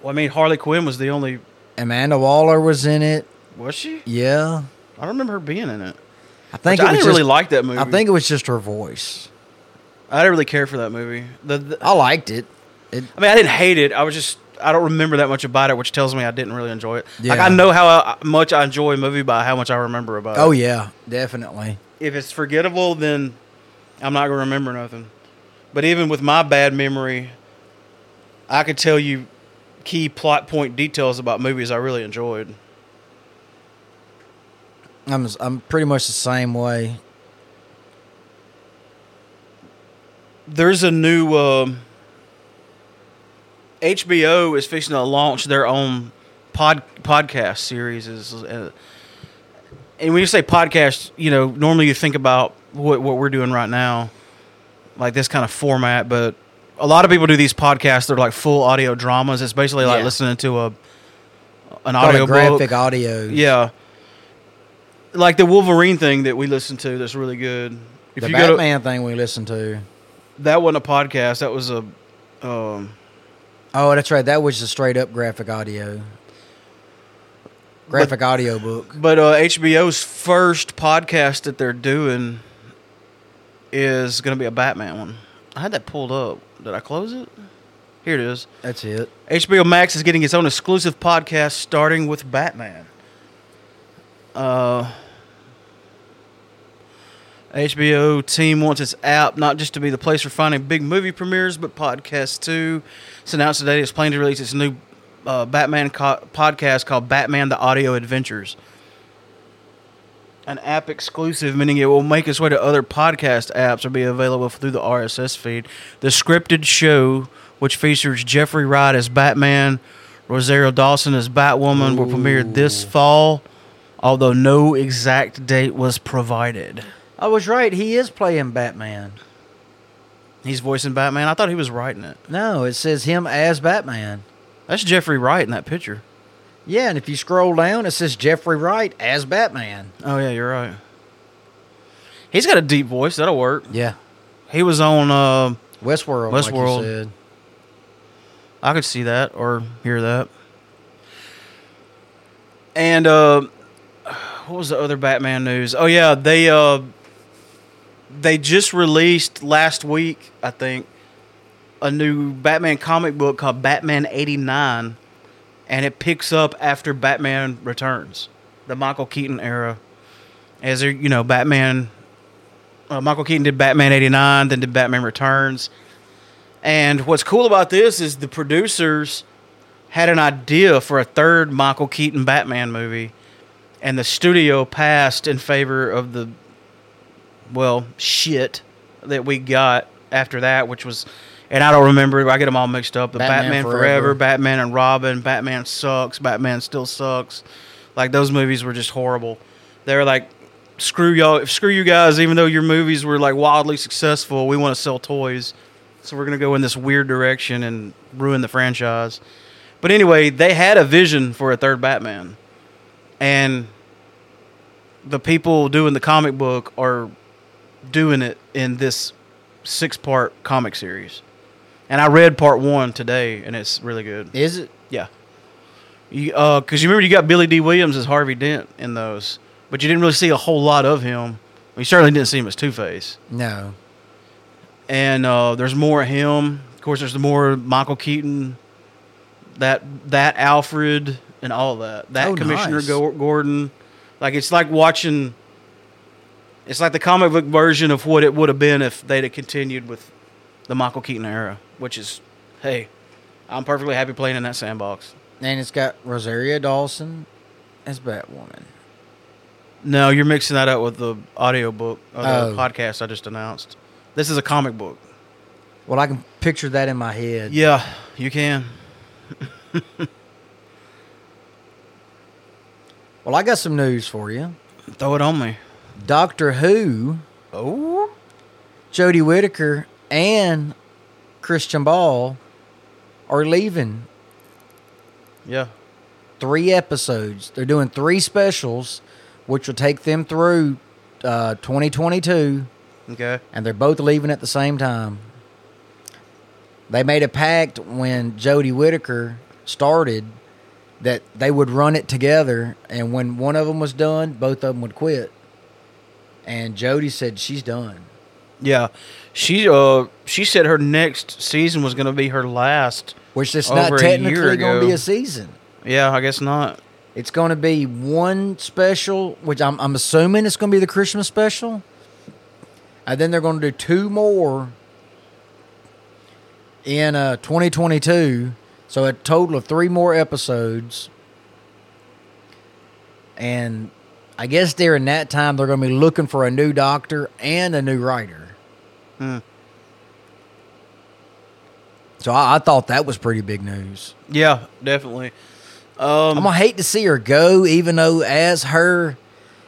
[SPEAKER 1] Well, I mean, Harley Quinn was the only.
[SPEAKER 2] Amanda Waller was in it.
[SPEAKER 1] Was she?
[SPEAKER 2] Yeah,
[SPEAKER 1] I don't remember her being in it.
[SPEAKER 2] I think
[SPEAKER 1] Which
[SPEAKER 2] it
[SPEAKER 1] I
[SPEAKER 2] was
[SPEAKER 1] didn't
[SPEAKER 2] just,
[SPEAKER 1] really like that movie.
[SPEAKER 2] I think it was just her voice.
[SPEAKER 1] I didn't really care for that movie. The, the-
[SPEAKER 2] I liked it. It
[SPEAKER 1] I mean, I didn't hate it. I was just I don't remember that much about it, which tells me I didn't really enjoy it. Like
[SPEAKER 2] Yeah.
[SPEAKER 1] I know how I- much I enjoy a movie by how much I remember about
[SPEAKER 2] Oh
[SPEAKER 1] it.
[SPEAKER 2] yeah, definitely.
[SPEAKER 1] If it's forgettable, then I'm not gonna remember nothing. But even with my bad memory, I could tell you key plot point details about movies I really enjoyed.
[SPEAKER 2] I'm I'm pretty much the same way.
[SPEAKER 1] there's a new um, HBO is fixing to launch their own pod podcast series. Is uh, and when you say podcast, you know normally you think about what what we're doing right now, like this kind of format. But a lot of people do these podcasts. They're like full audio dramas. It's basically like
[SPEAKER 2] Yeah.
[SPEAKER 1] listening to a an
[SPEAKER 2] Call it
[SPEAKER 1] audio
[SPEAKER 2] graphic audio.
[SPEAKER 1] Yeah, like the Wolverine thing that we listened to. That's really good.
[SPEAKER 2] the Batman thing we listened to.
[SPEAKER 1] That wasn't a podcast. That was a. Um,
[SPEAKER 2] Oh, that's right. That was just straight up graphic audio. Graphic audio book.
[SPEAKER 1] but uh, HBO's first podcast that they're doing is going to be a Batman one. I had that pulled up. Did I close it? Here it is.
[SPEAKER 2] That's it.
[SPEAKER 1] HBO Max is getting its own exclusive podcast starting with Batman. Uh, HBO team wants its app not just to be the place for finding big movie premieres, but podcasts too. It's announced today it's planning to release its new uh, Batman co- podcast called Batman the Audio Adventures. An app exclusive, meaning it will make its way to other podcast apps or be available through the RSS feed. The scripted show, which features Jeffrey Wright as Batman, Rosario Dawson as Batwoman, will premiere this fall, although no exact date was provided.
[SPEAKER 2] I was right. He is playing Batman.
[SPEAKER 1] He's voicing Batman. I thought he was writing it.
[SPEAKER 2] No, it says him as Batman.
[SPEAKER 1] That's Jeffrey Wright in that picture.
[SPEAKER 2] Yeah, and if you scroll down, it says Jeffrey Wright as Batman.
[SPEAKER 1] Oh yeah, you're right. He's got a deep voice. That'll work.
[SPEAKER 2] Yeah,
[SPEAKER 1] He was on. Uh,
[SPEAKER 2] Westworld. like you
[SPEAKER 1] Westworld.
[SPEAKER 2] said.
[SPEAKER 1] I could see that or hear that. And uh, what was the other Batman news? Oh yeah, they uh, they just released last week, I think, a new Batman comic book called Batman '89, and it picks up after Batman Returns, the Michael Keaton era. As there- you know, Batman, uh, Michael Keaton did Batman '89, then did Batman Returns. And what's cool about this is the producers had an idea for a third Michael Keaton Batman movie, and the studio passed in favor of the, well, shit that we got after that, which was, and I don't remember, I get them all mixed up. The
[SPEAKER 2] Batman
[SPEAKER 1] Batman, Forever.
[SPEAKER 2] Forever.
[SPEAKER 1] Batman and Robin, Batman Sucks, Batman Still Sucks. Like those movies were just horrible. They were like, screw y'all, screw you guys, even though your movies were like wildly successful, we want to sell toys. So we're going to go in this weird direction and ruin the franchise. But anyway, they had a vision for a third Batman. And the people doing the comic book are doing it in this six part comic series. And I read part one today, and it's really good.
[SPEAKER 2] Is it?
[SPEAKER 1] Yeah. You, uh, cause you remember you got Billy D. Williams as Harvey Dent in those, but you didn't really see a whole lot of him. You certainly didn't see him as Two Face.
[SPEAKER 2] No.
[SPEAKER 1] And uh, there's more of him. Of course, there's more Michael Keaton, that that Alfred, and all that. That
[SPEAKER 2] Oh,
[SPEAKER 1] Commissioner
[SPEAKER 2] nice.
[SPEAKER 1] Go- Gordon. Like it's like watching. It's like the comic book version of what it would have been if they'd have continued with the Michael Keaton era, which is, hey, I'm perfectly happy playing in that sandbox.
[SPEAKER 2] And it's got Rosaria Dawson as Batwoman.
[SPEAKER 1] No, you're mixing that up with the audiobook or the
[SPEAKER 2] Oh.
[SPEAKER 1] podcast I just announced. This is a comic book.
[SPEAKER 2] Well, I can picture that in my head.
[SPEAKER 1] Yeah, you can.
[SPEAKER 2] Well, I got some news for you.
[SPEAKER 1] Throw it on me.
[SPEAKER 2] Doctor Who,
[SPEAKER 1] Oh.
[SPEAKER 2] Jodie Whittaker, and Christian Ball are leaving
[SPEAKER 1] Yeah.
[SPEAKER 2] three episodes. They're doing three specials, which will take them through uh, 2022,
[SPEAKER 1] Okay.
[SPEAKER 2] and they're both leaving at the same time. They made a pact when Jodie Whittaker started that they would run it together, and when one of them was done, both of them would quit. And Jodie said she's done.
[SPEAKER 1] Yeah. She uh she said her next season was going to be her last
[SPEAKER 2] which it's not
[SPEAKER 1] Over a year
[SPEAKER 2] technically going to
[SPEAKER 1] ago.
[SPEAKER 2] be a season.
[SPEAKER 1] Yeah, I guess not.
[SPEAKER 2] It's going to be one special, which I'm, I'm assuming it's going to be the Christmas special. And then they're going to do two more in uh, 2022. So a total of three more episodes. And I guess during that time, they're going to be looking for a new doctor and a new writer.
[SPEAKER 1] Hmm.
[SPEAKER 2] So I, I thought that was pretty big news.
[SPEAKER 1] Yeah, definitely. Um,
[SPEAKER 2] I'm gonna hate to see her go, even though as her,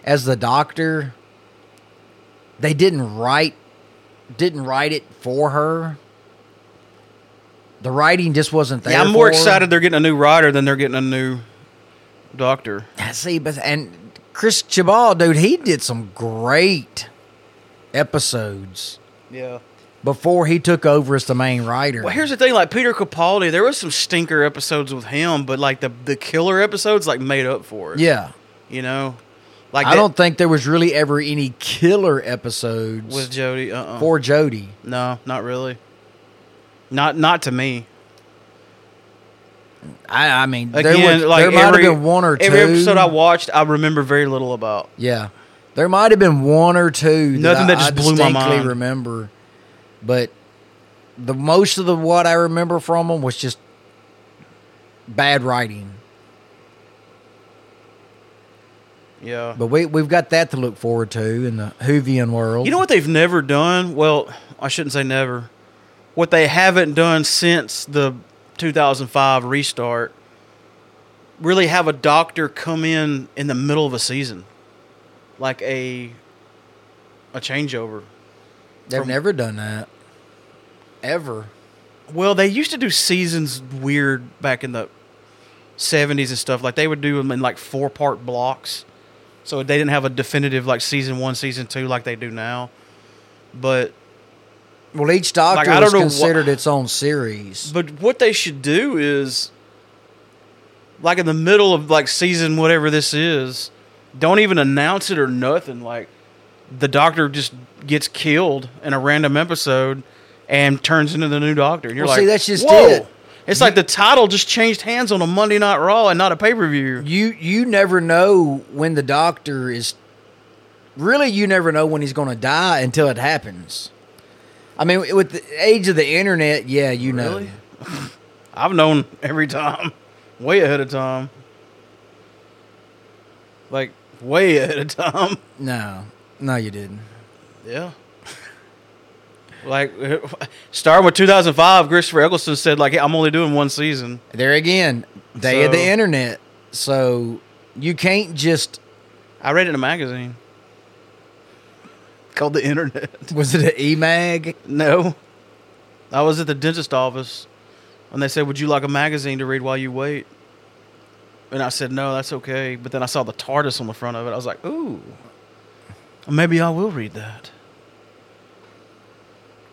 [SPEAKER 2] as the doctor, they didn't write, didn't write it for her. The writing just wasn't there.
[SPEAKER 1] yeah, I'm more
[SPEAKER 2] for her.
[SPEAKER 1] excited they're getting a new writer than they're getting a new doctor.
[SPEAKER 2] I see, but and Chris Chabal, dude, he did some great episodes
[SPEAKER 1] Yeah.
[SPEAKER 2] before he took over as the main writer.
[SPEAKER 1] Well, here's the thing: like Peter Capaldi, there was some stinker episodes with him, but like the the killer episodes, like made up for it.
[SPEAKER 2] yeah,
[SPEAKER 1] you know, like
[SPEAKER 2] I
[SPEAKER 1] that-
[SPEAKER 2] don't think there was really ever any killer episodes
[SPEAKER 1] with Jody. Uh, uh
[SPEAKER 2] for Jody.
[SPEAKER 1] no, not really. Not not to me.
[SPEAKER 2] I, I mean, there,
[SPEAKER 1] Again,
[SPEAKER 2] was,
[SPEAKER 1] like
[SPEAKER 2] there might
[SPEAKER 1] every,
[SPEAKER 2] have been one or two.
[SPEAKER 1] Every episode I watched, I remember very little about.
[SPEAKER 2] Yeah, there might have been one or two.
[SPEAKER 1] Nothing
[SPEAKER 2] that,
[SPEAKER 1] that
[SPEAKER 2] I- I
[SPEAKER 1] just blew my
[SPEAKER 2] distinctly
[SPEAKER 1] mind.
[SPEAKER 2] Remember, but the most of the what I remember from them was just bad writing.
[SPEAKER 1] Yeah.
[SPEAKER 2] But we we've got that to look forward to in the Hoovian world.
[SPEAKER 1] You know what they've never done? Well, I shouldn't say never. What they haven't done since the 2005 restart really have a doctor come in in the middle of a season. Like a a changeover.
[SPEAKER 2] They've
[SPEAKER 1] from-
[SPEAKER 2] never done that ever.
[SPEAKER 1] Well, they used to do seasons weird back in the 70s and stuff. Like they would do them in like four part blocks. So they didn't have a definitive like season 1, season 2 like they do now. But
[SPEAKER 2] Well, each doctor
[SPEAKER 1] I
[SPEAKER 2] was
[SPEAKER 1] don't know wha-
[SPEAKER 2] considered its own series.
[SPEAKER 1] But what they should do is, like in the middle of like season whatever this is, don't even announce it or nothing. Like the doctor just gets killed in a random episode and turns into the new doctor. And you're
[SPEAKER 2] Well,
[SPEAKER 1] like,
[SPEAKER 2] see, that's just
[SPEAKER 1] whoa.
[SPEAKER 2] it.
[SPEAKER 1] It's like the title just changed hands on a Monday Night Raw and not a pay per view.
[SPEAKER 2] you you never know when the doctor is really you never know when he's going to die until it happens i mean with the age of the internet yeah you know
[SPEAKER 1] Really? I've known every time, way ahead of time, like way ahead of time.
[SPEAKER 2] no no you didn't
[SPEAKER 1] Yeah. like starting with 2005, Christopher Eggleston said, "Like hey, I'm only doing one season."
[SPEAKER 2] there again day of the
[SPEAKER 1] So-
[SPEAKER 2] internet so you can't just
[SPEAKER 1] I read it in a magazine called the Internet.
[SPEAKER 2] was it an emag
[SPEAKER 1] no, I was at the dentist office, and they said, "Would you like a magazine to read while you wait?" And I said, "No, that's okay." But then I saw the TARDIS on the front of it. I was like, "Ooh, maybe I will read that."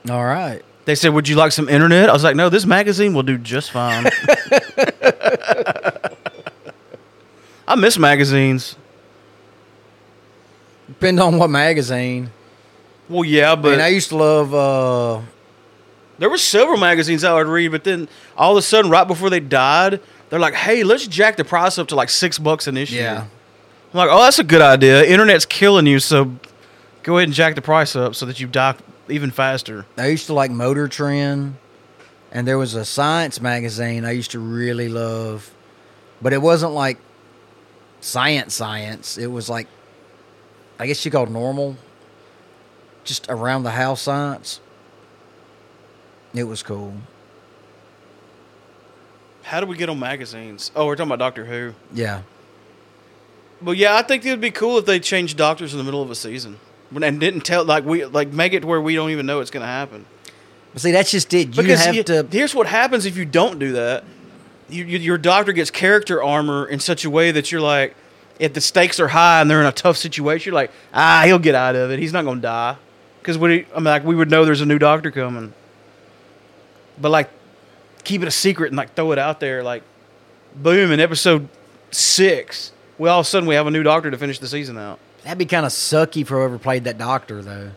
[SPEAKER 2] all right
[SPEAKER 1] They said, "Would you like some internet?" I was like, "No, this magazine will do just fine." I miss magazines.
[SPEAKER 2] depend on what magazine
[SPEAKER 1] Well, yeah,
[SPEAKER 2] but
[SPEAKER 1] but
[SPEAKER 2] I, mean, I used to love uh
[SPEAKER 1] there were several magazines I would read, but then all of a sudden, right before they died, they're like, "Hey, let's jack the price up to like six bucks an issue."
[SPEAKER 2] yeah
[SPEAKER 1] I'm like, "Oh, that's a good idea. Internet's killing you, so go ahead and jack the price up so that you die even faster."
[SPEAKER 2] I used to like Motor Trend, and there was a science magazine I used to really love, but it wasn't like science science. It was like, I guess you call normal, just around the house science. It was cool.
[SPEAKER 1] How do we get on magazines? Oh, we're talking about Doctor Who.
[SPEAKER 2] Yeah,
[SPEAKER 1] Well, yeah, I think it would be cool if they changed doctors in the middle of a season and didn't tell like we like make it where we don't even know it's going to happen.
[SPEAKER 2] but see, that's just it. You
[SPEAKER 1] Because
[SPEAKER 2] have
[SPEAKER 1] you-
[SPEAKER 2] to.
[SPEAKER 1] here's what happens if you don't do that: you, you, your doctor gets character armor in such a way that you're like, if the stakes are high and they're in a tough situation, you're like, ah, he'll get out of it. He's not going to die because we I'm like we would know there's a new doctor coming. But like, keep it a secret and like throw it out there. Like, boom, in episode six, we all of a sudden we have a new doctor to finish the season out.
[SPEAKER 2] That'd be kind of sucky for whoever played that doctor, though.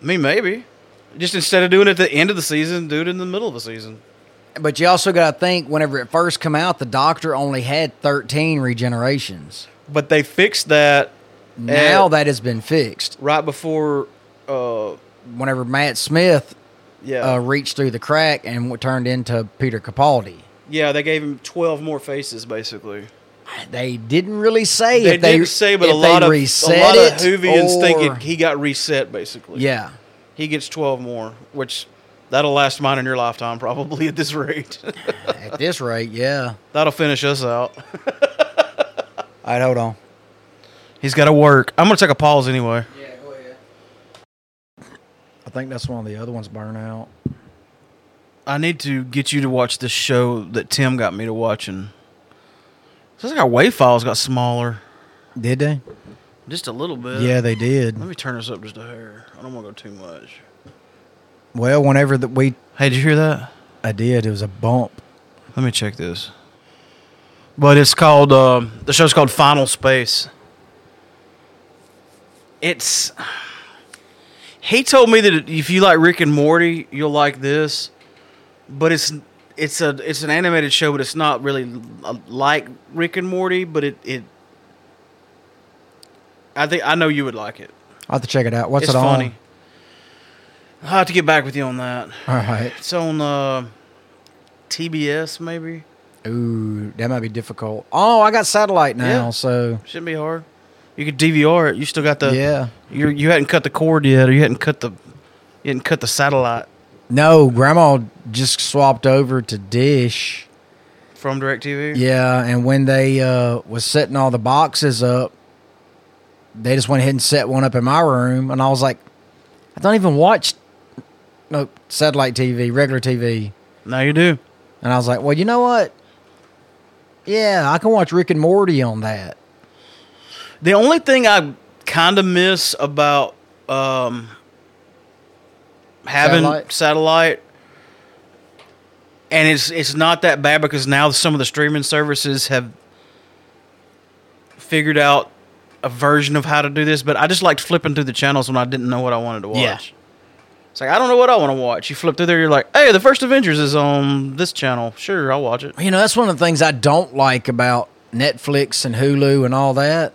[SPEAKER 1] Me, maybe. Just instead of doing it at the end of the season, do it in the middle of the season.
[SPEAKER 2] But you also got to think whenever it first come out, the doctor only had 13 regenerations.
[SPEAKER 1] But they fixed that
[SPEAKER 2] Now
[SPEAKER 1] Yeah.
[SPEAKER 2] that has been fixed.
[SPEAKER 1] right before. Uh,
[SPEAKER 2] Whenever Matt Smith
[SPEAKER 1] yeah,
[SPEAKER 2] uh, reached through the crack and w- turned into Peter Capaldi.
[SPEAKER 1] yeah, they gave him twelve more faces basically.
[SPEAKER 2] They didn't really say
[SPEAKER 1] They,
[SPEAKER 2] if they
[SPEAKER 1] didn't say, but a
[SPEAKER 2] if
[SPEAKER 1] lot
[SPEAKER 2] they
[SPEAKER 1] of a
[SPEAKER 2] reset
[SPEAKER 1] lot
[SPEAKER 2] it
[SPEAKER 1] of Hoovians think
[SPEAKER 2] or-
[SPEAKER 1] it, he got reset basically.
[SPEAKER 2] yeah,
[SPEAKER 1] he gets twelve more, which that'll last mine in your lifetime probably at this rate.
[SPEAKER 2] at this rate, yeah.
[SPEAKER 1] that'll finish us out.
[SPEAKER 2] All right, hold on.
[SPEAKER 1] He's got to work. I'm gonna take a pause anyway.
[SPEAKER 2] Yeah, go ahead. I think that's one of the other ones burn out.
[SPEAKER 1] I need to get you to watch this show that Tim got me to watching. Sounds like our wave files got smaller,
[SPEAKER 2] Did they?
[SPEAKER 1] just a little bit.
[SPEAKER 2] yeah, they did.
[SPEAKER 1] Let me turn this up just a hair. I don't want to go too much.
[SPEAKER 2] Well, whenever that we
[SPEAKER 1] Hey, did you hear that?
[SPEAKER 2] I did, it was a bump.
[SPEAKER 1] Let me check this. But it's called uh, the show's called Final Space. It's he told me that if you like Rick and Morty, you'll like this. But it's it's a it's an animated show, but it's not really l- like Rick and Morty. But it it I think I know you would like it.
[SPEAKER 2] I'll have to check it out. What's
[SPEAKER 1] it's
[SPEAKER 2] it on?
[SPEAKER 1] funny. I'll have to get back with you on that.
[SPEAKER 2] All right.
[SPEAKER 1] It's on uh, TBS maybe.
[SPEAKER 2] Ooh, that might be difficult. Oh, I got satellite now,
[SPEAKER 1] Yeah.
[SPEAKER 2] so
[SPEAKER 1] Shouldn't be hard. You could DVR it. You still got the
[SPEAKER 2] yeah.
[SPEAKER 1] You you hadn't cut the cord yet, or you hadn't cut the you hadn't cut the satellite
[SPEAKER 2] No, grandma just swapped over to Dish.
[SPEAKER 1] from Directv.
[SPEAKER 2] Yeah, and when they uh, was setting all the boxes up, they just went ahead and set one up in my room, and I was like, I don't even watch no satellite TV, regular TV,
[SPEAKER 1] Now you do.
[SPEAKER 2] and I was like, well, you know what? Yeah, I can watch Rick and Morty on that.
[SPEAKER 1] The only thing I kind of miss about um, having satellite.
[SPEAKER 2] Satellite?
[SPEAKER 1] and it's it's not that bad because now some of the streaming services have figured out a version of how to do this. But I just liked flipping through the channels when I didn't know what I wanted to watch.
[SPEAKER 2] Yeah.
[SPEAKER 1] It's like I don't know what I want to watch. You flip through there, you're like, "Hey, the first Avengers is on this channel. Sure, I'll watch it."
[SPEAKER 2] You know, that's one of the things I don't like about Netflix and Hulu and all that.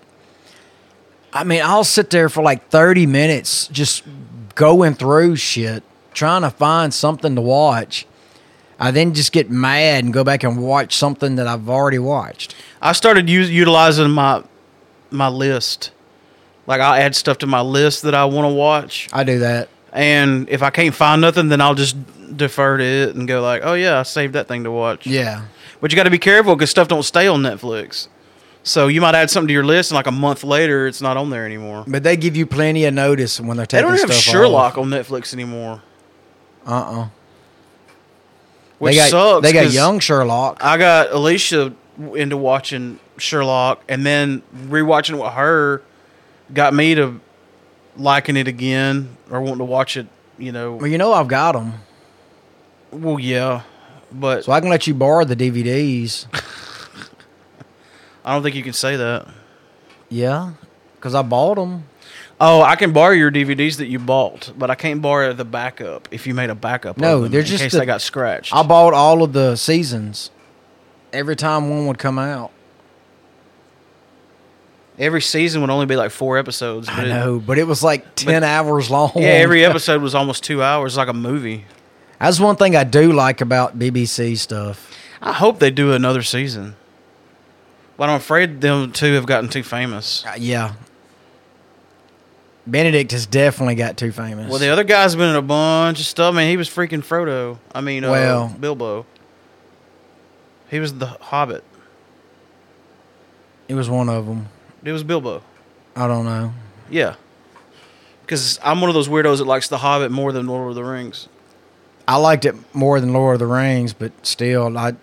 [SPEAKER 2] I mean, I'll sit there for like 30 minutes just going through shit, trying to find something to watch. I then just get mad and go back and watch something that I've already watched.
[SPEAKER 1] I started u- utilizing my my list. Like I add stuff to my list that I want to watch,
[SPEAKER 2] I do that.
[SPEAKER 1] and if I can't find nothing, then I'll just defer to it and go like, "Oh yeah, I saved that thing to watch."
[SPEAKER 2] Yeah.
[SPEAKER 1] But you got to be careful because stuff don't stay on Netflix. So you might add something to your list, and like a month later, it's not on there anymore.
[SPEAKER 2] But they give you plenty of notice when they're
[SPEAKER 1] They
[SPEAKER 2] taking
[SPEAKER 1] don't have
[SPEAKER 2] stuff
[SPEAKER 1] Sherlock on Netflix anymore,
[SPEAKER 2] Uh uh
[SPEAKER 1] which
[SPEAKER 2] they got,
[SPEAKER 1] sucks.
[SPEAKER 2] They got
[SPEAKER 1] 'cause
[SPEAKER 2] young Sherlock.
[SPEAKER 1] I got Alicia into watching Sherlock, and then rewatching it with her got me to liking it again or wanting to watch it. You know,
[SPEAKER 2] Well, you know I've got them,
[SPEAKER 1] well, yeah, but
[SPEAKER 2] so I can let you borrow the DVDs.
[SPEAKER 1] I don't think you can say that.
[SPEAKER 2] Yeah, because I bought them.
[SPEAKER 1] Oh, I can borrow your DVDs that you bought, but I can't borrow the backup if you made a backup.
[SPEAKER 2] No,
[SPEAKER 1] of them
[SPEAKER 2] they're
[SPEAKER 1] in
[SPEAKER 2] just
[SPEAKER 1] case
[SPEAKER 2] the-
[SPEAKER 1] they got scratched.
[SPEAKER 2] I bought all of the seasons. Every time one would come out,
[SPEAKER 1] Every season would only be like four episodes.
[SPEAKER 2] I
[SPEAKER 1] it-
[SPEAKER 2] know, but it was like ten hours long.
[SPEAKER 1] yeah, every episode was almost two hours, like a movie.
[SPEAKER 2] That's one thing I do like about BBC stuff.
[SPEAKER 1] I hope they do another season. But I'm afraid them two have gotten too famous.
[SPEAKER 2] Uh, yeah, Benedict has definitely got too famous.
[SPEAKER 1] Well, the other guy's been in a bunch of stuff. Man, he was freaking Frodo. I mean, uh,
[SPEAKER 2] Well-
[SPEAKER 1] Bilbo. He was the Hobbit.
[SPEAKER 2] it was one of them.
[SPEAKER 1] It was Bilbo.
[SPEAKER 2] I don't know.
[SPEAKER 1] Yeah. Because I'm one of those weirdos that likes The Hobbit more than Lord of the Rings.
[SPEAKER 2] I liked it more than Lord of the Rings, but still, I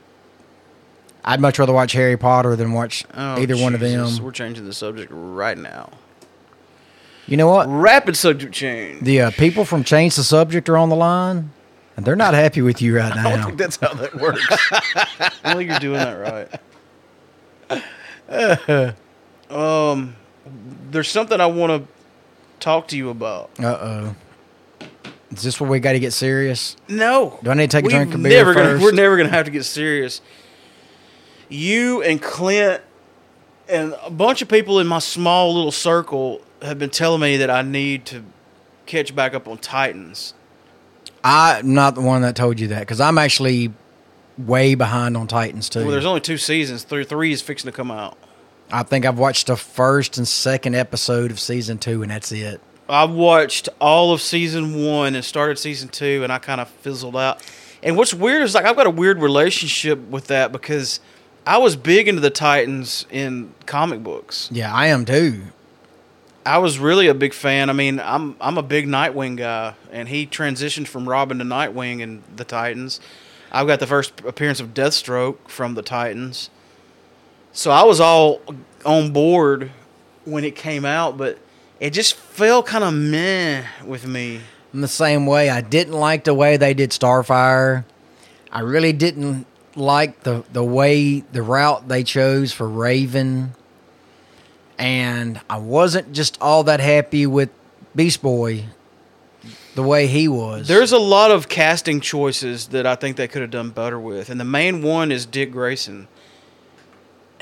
[SPEAKER 2] I'd much rather watch Harry Potter than watch
[SPEAKER 1] Oh,
[SPEAKER 2] either one of
[SPEAKER 1] Jesus.
[SPEAKER 2] them.
[SPEAKER 1] We're changing the subject right now.
[SPEAKER 2] You know what?
[SPEAKER 1] Rapid subject change.
[SPEAKER 2] The uh, people from Change the Subject are on the line, and they're not happy with you right
[SPEAKER 1] I
[SPEAKER 2] now.
[SPEAKER 1] don't think that's how that works. I don't think you're doing that right. um, there's something I want to talk to you about.
[SPEAKER 2] Uh oh. Is this where we got to get serious?
[SPEAKER 1] No.
[SPEAKER 2] Do I need to take a
[SPEAKER 1] We've
[SPEAKER 2] drink of beer
[SPEAKER 1] never gonna-
[SPEAKER 2] first?
[SPEAKER 1] We're never going to have to get serious. You and Clint and a bunch of people in my small little circle have been telling me that I need to catch back up on Titans.
[SPEAKER 2] I'm not the one that told you that because I'm actually way behind on Titans too.
[SPEAKER 1] Well, there's only two seasons. Three, three is fixing to come out.
[SPEAKER 2] I think I've watched the first and second episode of season two, and that's it.
[SPEAKER 1] I watched all of season one and started season two, and I kind of fizzled out. And what's weird is like I've got a weird relationship with that because I was big into the Titans in comic books.
[SPEAKER 2] Yeah, I am too.
[SPEAKER 1] I was really a big fan. I mean, I'm I'm a big Nightwing guy, and he transitioned from Robin to Nightwing in the Titans. I've got the first appearance of Deathstroke from the Titans, so I was all on board when it came out, but it just felt kind of meh with me.
[SPEAKER 2] I'm the same way. I didn't like the way they did Starfire. I really didn't like the the way the route they chose for Raven. And I wasn't just all that happy with Beast Boy the way he was.
[SPEAKER 1] There's a lot of casting choices that I think they could have done better with, and the main one is Dick Grayson.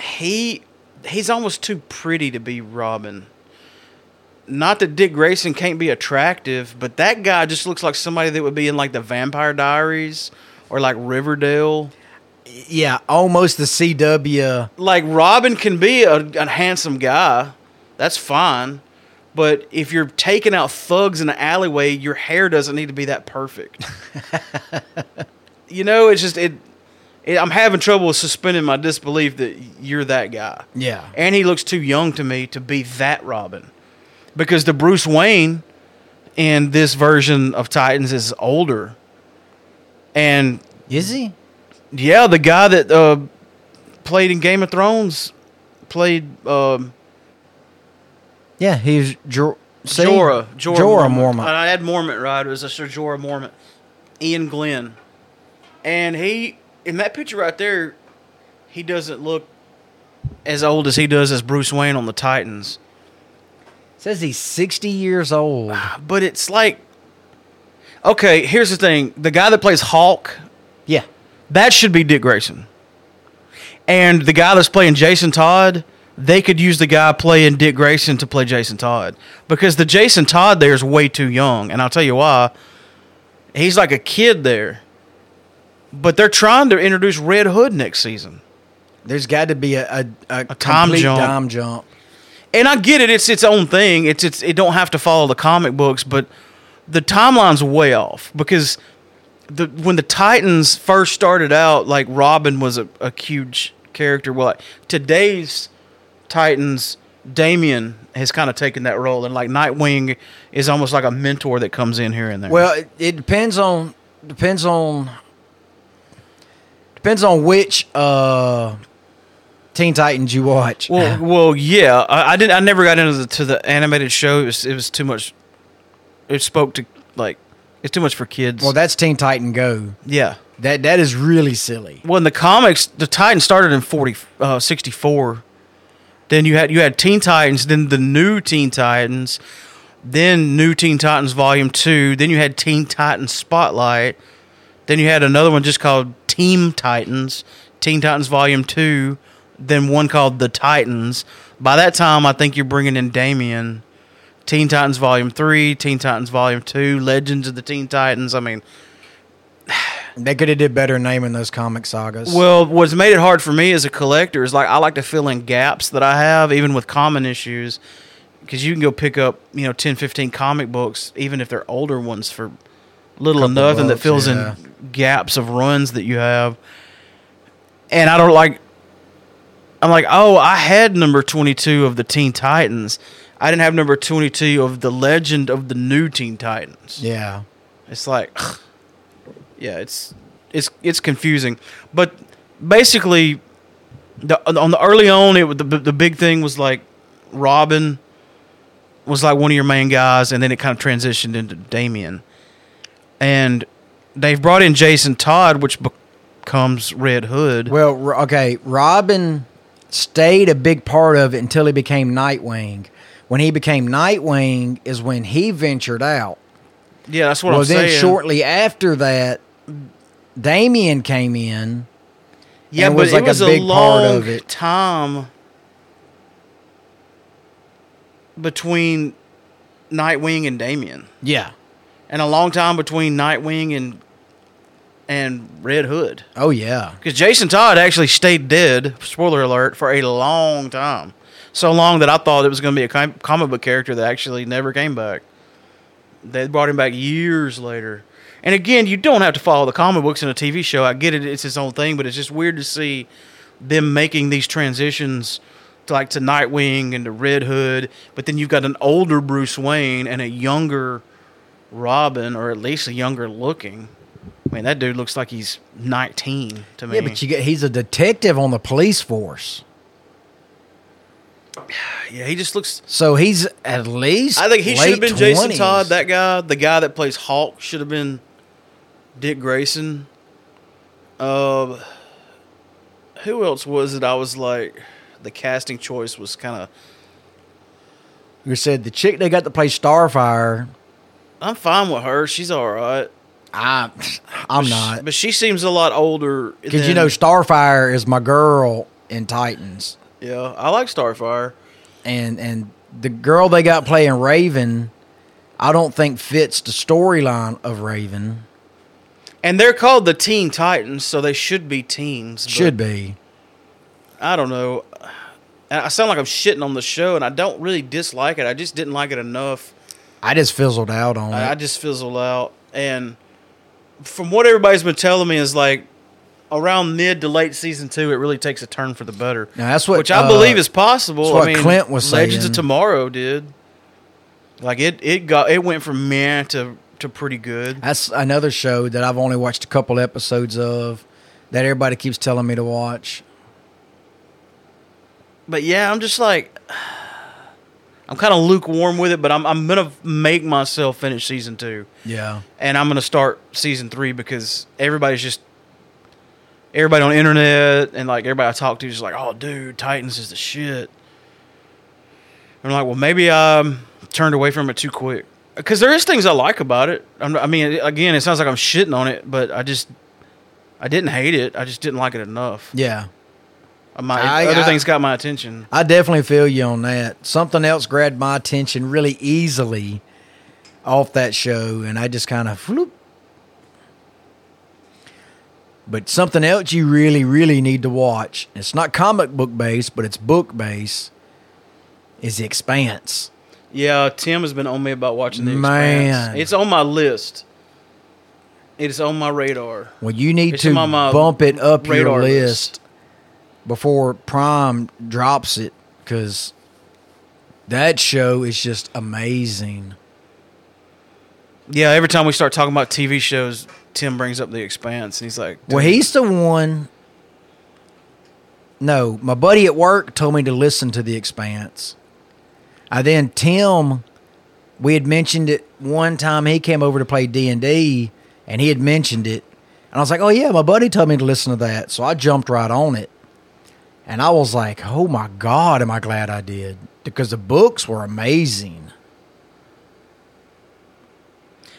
[SPEAKER 1] He he's almost too pretty to be Robin. Not that Dick Grayson can't be attractive, but that guy just looks like somebody that would be in like the Vampire Diaries or like Riverdale.
[SPEAKER 2] yeah, almost the CW.
[SPEAKER 1] Like Robin can be a, a handsome guy, that's fine. But if you're taking out thugs in an alleyway, your hair doesn't need to be that perfect. you know, it's just it, it. I'm having trouble with suspending my disbelief that you're that guy.
[SPEAKER 2] Yeah.
[SPEAKER 1] And he looks too young to me to be that Robin, because the Bruce Wayne in this version of Titans is older, and
[SPEAKER 2] Is he?
[SPEAKER 1] yeah, the guy that uh, played in Game of Thrones played. Um,
[SPEAKER 2] Yeah, he's Jor- see?
[SPEAKER 1] Jorah. Jorah, Mormont. Uh,
[SPEAKER 2] Jorah Mormont.
[SPEAKER 1] And I had Mormont right. It was a Sir Jorah Mormont. Ian Glenn. And he, in that picture right there, he doesn't look as old as he does as Bruce Wayne on the Titans.
[SPEAKER 2] Says he's 60 years old.
[SPEAKER 1] But it's like, okay, here's the thing the guy that plays Hawk,
[SPEAKER 2] Yeah.
[SPEAKER 1] that should be Dick Grayson. And the guy that's playing Jason Todd, they could use the guy playing Dick Grayson to play Jason Todd because the Jason Todd there is way too young, and I'll tell you why. He's like a kid there. But they're trying to introduce Red Hood next season.
[SPEAKER 2] There's got to be a a, a,
[SPEAKER 1] time
[SPEAKER 2] complete
[SPEAKER 1] jump.
[SPEAKER 2] time jump.
[SPEAKER 1] And I get it, it's its own thing. It's it's it don't have to follow the comic books, but the timeline's way off because the when the Titans first started out, like Robin was a, a huge character. Well, like, today's Titans, Damien has kind of taken that role, and like Nightwing is almost like a mentor that comes in here and there.
[SPEAKER 2] Well, it, it depends on depends on depends on which uh Teen Titans you watch.
[SPEAKER 1] well, well, yeah. I, I didn't. I never got into the to the animated show. It was, it was too much. It spoke to like it's too much for kids.
[SPEAKER 2] well, that's Teen Titan Go.
[SPEAKER 1] yeah.
[SPEAKER 2] That that is really silly.
[SPEAKER 1] Well, in the comics, the Titans started in 40, uh, 64. Then you had you had Teen Titans, then the new Teen Titans, then New Teen Titans Volume Two. Then you had Teen Titans Spotlight. Then you had another one just called Team Titans, Teen Titans Volume Two. Then one called The Titans. By that time, I think you're bringing in Damien. Teen Titans Volume Three, Teen Titans Volume Two, Legends of the Teen Titans. I mean,
[SPEAKER 2] They could have did better naming those comic sagas.
[SPEAKER 1] Well, what's made it hard for me as a collector is like I like to fill in gaps that I have, even with common issues, because you can go pick up you know 10, 15 comic books, even if they're older ones, for little or
[SPEAKER 2] Couple
[SPEAKER 1] nothing that
[SPEAKER 2] bucks,
[SPEAKER 1] fills
[SPEAKER 2] yeah.
[SPEAKER 1] in gaps of runs that you have. And I don't like. I'm like, oh, I had number twenty two of the Teen Titans. I didn't have number twenty two of the Legend of the New Teen Titans.
[SPEAKER 2] yeah.
[SPEAKER 1] It's like, yeah, it's it's it's confusing. But basically, the on the early on, it was- the the big thing was like Robin was like one of your main guys, and then it kind of transitioned into Damien, and they've brought in Jason Todd, which becomes Red Hood.
[SPEAKER 2] Well, Ro- okay, Robin stayed a big part of it until he became Nightwing. When he became Nightwing is when he ventured out.
[SPEAKER 1] Yeah, that's what
[SPEAKER 2] well,
[SPEAKER 1] I'm
[SPEAKER 2] then
[SPEAKER 1] saying.
[SPEAKER 2] shortly after that, Damien came in.
[SPEAKER 1] yeah,
[SPEAKER 2] and it
[SPEAKER 1] but
[SPEAKER 2] was like
[SPEAKER 1] it
[SPEAKER 2] a
[SPEAKER 1] was a,
[SPEAKER 2] big part
[SPEAKER 1] long
[SPEAKER 2] of it.
[SPEAKER 1] time between Nightwing and Damien,
[SPEAKER 2] Yeah.
[SPEAKER 1] and a long time between Nightwing and and Red Hood.
[SPEAKER 2] Oh yeah.
[SPEAKER 1] Because Jason Todd actually stayed dead, spoiler alert, for a long time. So long that I thought it was going to be a com- comic book character that actually never came back. They brought him back years later. And again, you don't have to follow the comic books in a TV show. I get it, it's its own thing, but it's just weird to see them making these transitions to like to Nightwing and to Red Hood, but then you've got an older Bruce Wayne and a younger Robin, or at least a younger looking. I mean, that dude looks like he's 19 to me.
[SPEAKER 2] Yeah, but you get, he's a detective on the police force,
[SPEAKER 1] Yeah, he just looks.
[SPEAKER 2] so he's at least.
[SPEAKER 1] I think he should have
[SPEAKER 2] late
[SPEAKER 1] been Jason
[SPEAKER 2] 20s.
[SPEAKER 1] Todd. That guy, the guy that plays Hawk, should have been Dick Grayson. Uh, who else was it? I was like, the casting choice was kind of.
[SPEAKER 2] you said the chick they got to play Starfire.
[SPEAKER 1] I'm fine with her. She's all right.
[SPEAKER 2] I, I'm
[SPEAKER 1] But
[SPEAKER 2] not
[SPEAKER 1] she, but she seems a lot older.
[SPEAKER 2] because you
[SPEAKER 1] than-
[SPEAKER 2] know Starfire is my girl in Titans,
[SPEAKER 1] yeah, I like Starfire.
[SPEAKER 2] and and the girl they got playing Raven, I don't think fits the storyline of Raven.
[SPEAKER 1] And they're called the Teen Titans, so they should be teens. but-
[SPEAKER 2] Should be.
[SPEAKER 1] I don't know. I I sound like I'm shitting on the show, and I don't really dislike it. I just didn't like it enough.
[SPEAKER 2] I just fizzled out on
[SPEAKER 1] I, I
[SPEAKER 2] it.
[SPEAKER 1] just fizzled out. And from what everybody's been telling me is like around mid to late season two, it really takes a turn for the better.
[SPEAKER 2] Now, that's what,
[SPEAKER 1] which I
[SPEAKER 2] uh,
[SPEAKER 1] believe is possible.
[SPEAKER 2] that's what
[SPEAKER 1] I mean,
[SPEAKER 2] Clint was
[SPEAKER 1] Legends
[SPEAKER 2] saying.
[SPEAKER 1] of Tomorrow did. Like it, it got it went from meh to to pretty good.
[SPEAKER 2] That's another show that I've only watched a couple episodes of that everybody keeps telling me to watch.
[SPEAKER 1] But yeah, I'm just like I'm kind of lukewarm with it, but I'm I'm gonna make myself finish season two.
[SPEAKER 2] Yeah.
[SPEAKER 1] and I'm gonna start season three because everybody's just everybody on the internet and like everybody I talk to is just like, oh, dude, Titans is the shit. I'm like, well, maybe I turned away from it too quick because there is things I like about it. I'm, I mean, again, it sounds like I'm shitting on it, but I just I didn't hate it. I just didn't like it enough. Uh,
[SPEAKER 2] Yeah.
[SPEAKER 1] My
[SPEAKER 2] I-
[SPEAKER 1] other
[SPEAKER 2] I-
[SPEAKER 1] things got my attention.
[SPEAKER 2] I definitely feel you on that. Something else grabbed my attention really easily off that show, and I just kind of floop. But something else you really, really need to watch. It's not comic book based, but it's book based. Is the Expanse?
[SPEAKER 1] Yeah, Tim has been on me about watching the
[SPEAKER 2] Man.
[SPEAKER 1] Expanse. It's on my list. It's on my radar.
[SPEAKER 2] Well, you need
[SPEAKER 1] It's
[SPEAKER 2] to
[SPEAKER 1] on my
[SPEAKER 2] bump it up
[SPEAKER 1] radar
[SPEAKER 2] your list. before Prime drops it because that show is just amazing.
[SPEAKER 1] Yeah, every time we start talking about TV shows, Tim brings up The Expanse, and he's like,
[SPEAKER 2] Well,
[SPEAKER 1] "Dude,
[SPEAKER 2] he's the one. No, my buddy at work told me to listen to The Expanse. I then Tim, we had mentioned it one time. He came over to play D and D, and he had mentioned it, and I was like, "Oh yeah, my buddy told me to listen to that," so I jumped right on it, and I was like, "Oh my god, am I glad I did?" Because the books were amazing.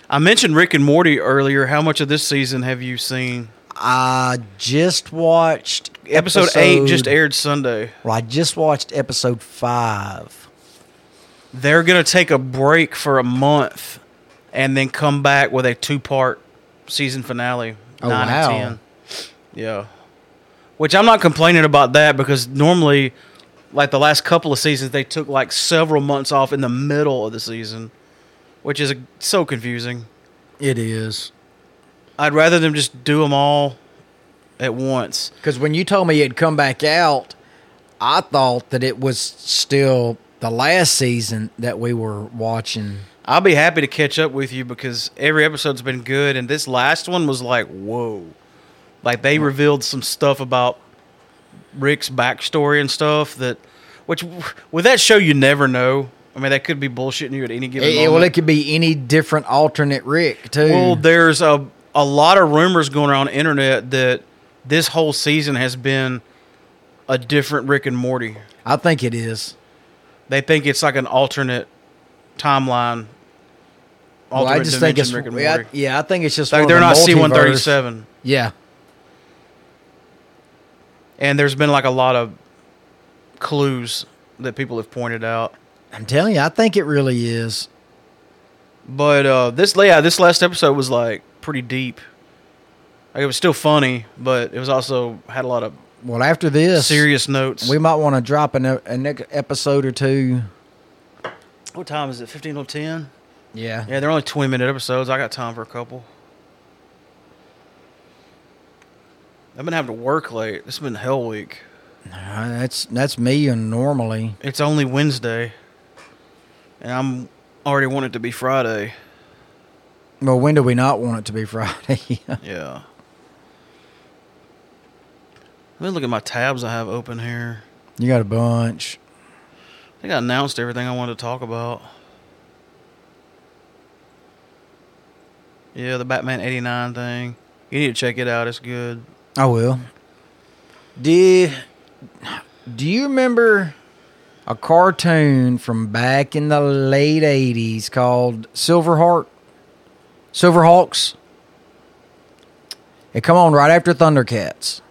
[SPEAKER 1] I mentioned Rick and Morty earlier. How much of this season have you seen?
[SPEAKER 2] I just watched
[SPEAKER 1] Episode, eight just aired Sunday.
[SPEAKER 2] Well, I just watched episode five.
[SPEAKER 1] They're gonna take a break for a month, and then come back with a two-part season finale.
[SPEAKER 2] Oh,
[SPEAKER 1] nine and
[SPEAKER 2] wow.
[SPEAKER 1] ten. Yeah, which I'm not complaining about that because normally, like the last couple of seasons, they took like several months off in the middle of the season, which is uh, so confusing.
[SPEAKER 2] It is
[SPEAKER 1] I'd rather them just do them all at once.
[SPEAKER 2] because when you told me it would come back out, I thought that it was still the last season that we were watching.
[SPEAKER 1] I'll be happy to catch up with you because every episode's been good, and this last one was like, whoa. Like, they revealed some stuff about Rick's backstory and stuff that, which with that show, you never know. I mean, they could be bullshitting you at any given
[SPEAKER 2] It- it-
[SPEAKER 1] moment.
[SPEAKER 2] well, it could be any different alternate Rick too.
[SPEAKER 1] Well, there's a a lot of rumors going around the internet that this whole season has been a different Rick and Morty.
[SPEAKER 2] I think it is.
[SPEAKER 1] they think it's like an alternate timeline alternate
[SPEAKER 2] well, I just think
[SPEAKER 1] dimension Rick
[SPEAKER 2] it's
[SPEAKER 1] and
[SPEAKER 2] yeah, I-
[SPEAKER 1] Morty.
[SPEAKER 2] yeah. I think it's just
[SPEAKER 1] like
[SPEAKER 2] one of
[SPEAKER 1] they're
[SPEAKER 2] the
[SPEAKER 1] not C one thirty
[SPEAKER 2] multiverse-
[SPEAKER 1] seven,
[SPEAKER 2] Yeah,
[SPEAKER 1] and there's been like a lot of clues that people have pointed out.
[SPEAKER 2] I'm telling you, I think it really is.
[SPEAKER 1] But uh, this yeah, this last episode was like pretty deep. Like it was still funny, but it was also had a lot of
[SPEAKER 2] Well, after this,
[SPEAKER 1] serious notes.
[SPEAKER 2] we might want to drop an, e- an e- episode or two.
[SPEAKER 1] what time is it? Fifteen oh ten.
[SPEAKER 2] Yeah,
[SPEAKER 1] Yeah, they're only twenty minute episodes. I got time for a couple. I've been having to work late. It's been hell week.
[SPEAKER 2] Uh, that's that's me and normally.
[SPEAKER 1] It's only Wednesday, and I'm already want it to be Friday.
[SPEAKER 2] Well, when do we not want it to be Friday?
[SPEAKER 1] Yeah. Let me look at my tabs I have open here.
[SPEAKER 2] you got a bunch.
[SPEAKER 1] I think I announced everything I wanted to talk about. Yeah, the Batman 89 thing. You need to check it out. It's good.
[SPEAKER 2] I will. Did do you remember a cartoon from back in the late eighties called Silverheart? Silverhawks? It come on right after Thundercats.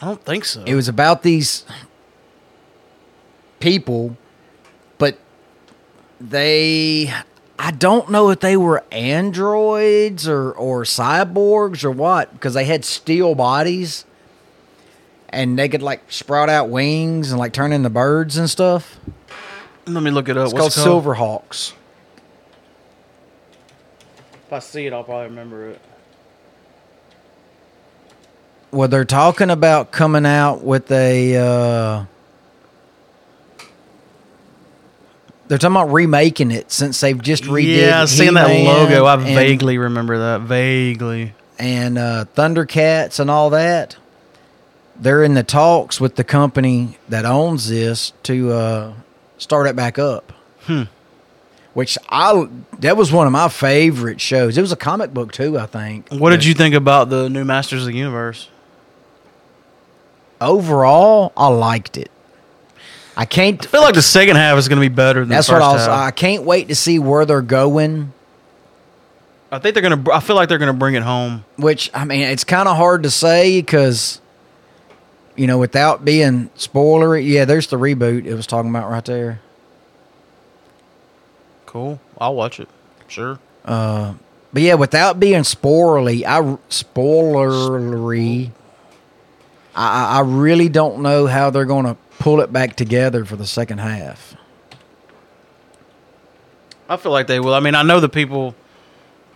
[SPEAKER 1] I don't think so.
[SPEAKER 2] It was about these people, but they I don't know if they were androids or, or cyborgs or what, because they had steel bodies and they could like sprout out wings and like turn into birds and stuff.
[SPEAKER 1] Let me look it up.
[SPEAKER 2] It's called, Silverhawks.
[SPEAKER 1] If I see it, I'll probably remember it.
[SPEAKER 2] Well, they're talking about coming out with a. Uh, they're talking about remaking it since they've just redid.
[SPEAKER 1] yeah, seeing that
[SPEAKER 2] He-Man
[SPEAKER 1] logo, I
[SPEAKER 2] and-
[SPEAKER 1] vaguely remember that. Vaguely.
[SPEAKER 2] and uh, Thundercats and all that. They're in the talks with the company that owns this to uh, start it back up.
[SPEAKER 1] Hmm.
[SPEAKER 2] Which I that was one of my favorite shows. It was a comic book too, I think.
[SPEAKER 1] What did you think about the new Masters of the Universe?
[SPEAKER 2] Overall, I liked it. I can't
[SPEAKER 1] I feel like the second half is going to be better than
[SPEAKER 2] That's
[SPEAKER 1] the
[SPEAKER 2] what
[SPEAKER 1] first
[SPEAKER 2] I was. I
[SPEAKER 1] half.
[SPEAKER 2] can't wait to see where they're going.
[SPEAKER 1] I think they're going to. I feel like they're going to bring it home.
[SPEAKER 2] Which I mean, it's kind of hard to say because, you know, without being spoilery. Yeah, there's the reboot it was talking about right there.
[SPEAKER 1] Cool. I'll watch it. Sure.
[SPEAKER 2] Uh, but yeah, without being spoilery, I spoilery. I I- I really don't know how they're going to pull it back together for the second half.
[SPEAKER 1] I feel like they will. I mean, I know the people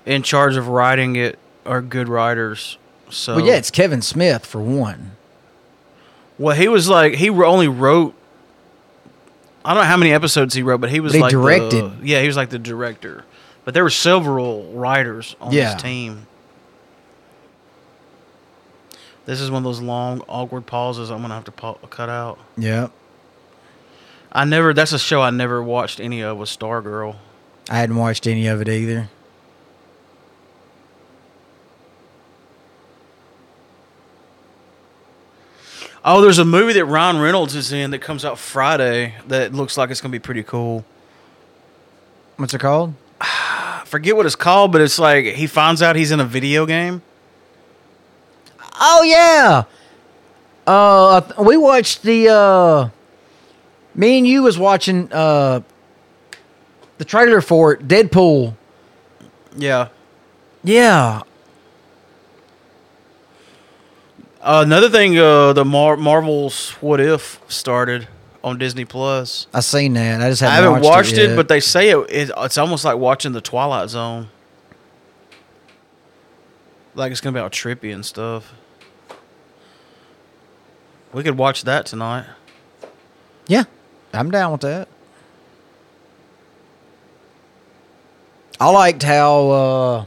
[SPEAKER 1] in charge of writing it are good writers. So
[SPEAKER 2] Well, yeah, it's Kevin Smith for one.
[SPEAKER 1] well, he was like he only wrote. I don't know how many episodes he wrote, but he was
[SPEAKER 2] But he
[SPEAKER 1] like the-
[SPEAKER 2] directed.
[SPEAKER 1] yeah, he was like the director. But there were several writers on
[SPEAKER 2] Yeah.
[SPEAKER 1] his team. This is one of those long, awkward pauses I'm gonna have to pa- cut out.
[SPEAKER 2] Yeah,
[SPEAKER 1] I never. That's a show I never watched any of. Was Stargirl.
[SPEAKER 2] I hadn't watched any of it either.
[SPEAKER 1] Oh, there's a movie that Ryan Reynolds is in that comes out Friday that looks like it's gonna be pretty cool.
[SPEAKER 2] What's it called?
[SPEAKER 1] I forget what it's called, but it's like he finds out he's in a video game.
[SPEAKER 2] Oh yeah. Uh, th- we watched the. Uh, me and you was watching uh, the trailer for it, Deadpool.
[SPEAKER 1] Yeah.
[SPEAKER 2] Yeah,
[SPEAKER 1] Uh, another thing, uh, the Mar- Marvel's What If started on Disney Plus.
[SPEAKER 2] I seen that. I just
[SPEAKER 1] I
[SPEAKER 2] haven't,
[SPEAKER 1] haven't watched, it,
[SPEAKER 2] yet.
[SPEAKER 1] but they say it, it. It's almost like watching the Twilight Zone. Like it's gonna be all trippy and stuff. We could watch that tonight.
[SPEAKER 2] yeah, I'm down with that. I liked how uh,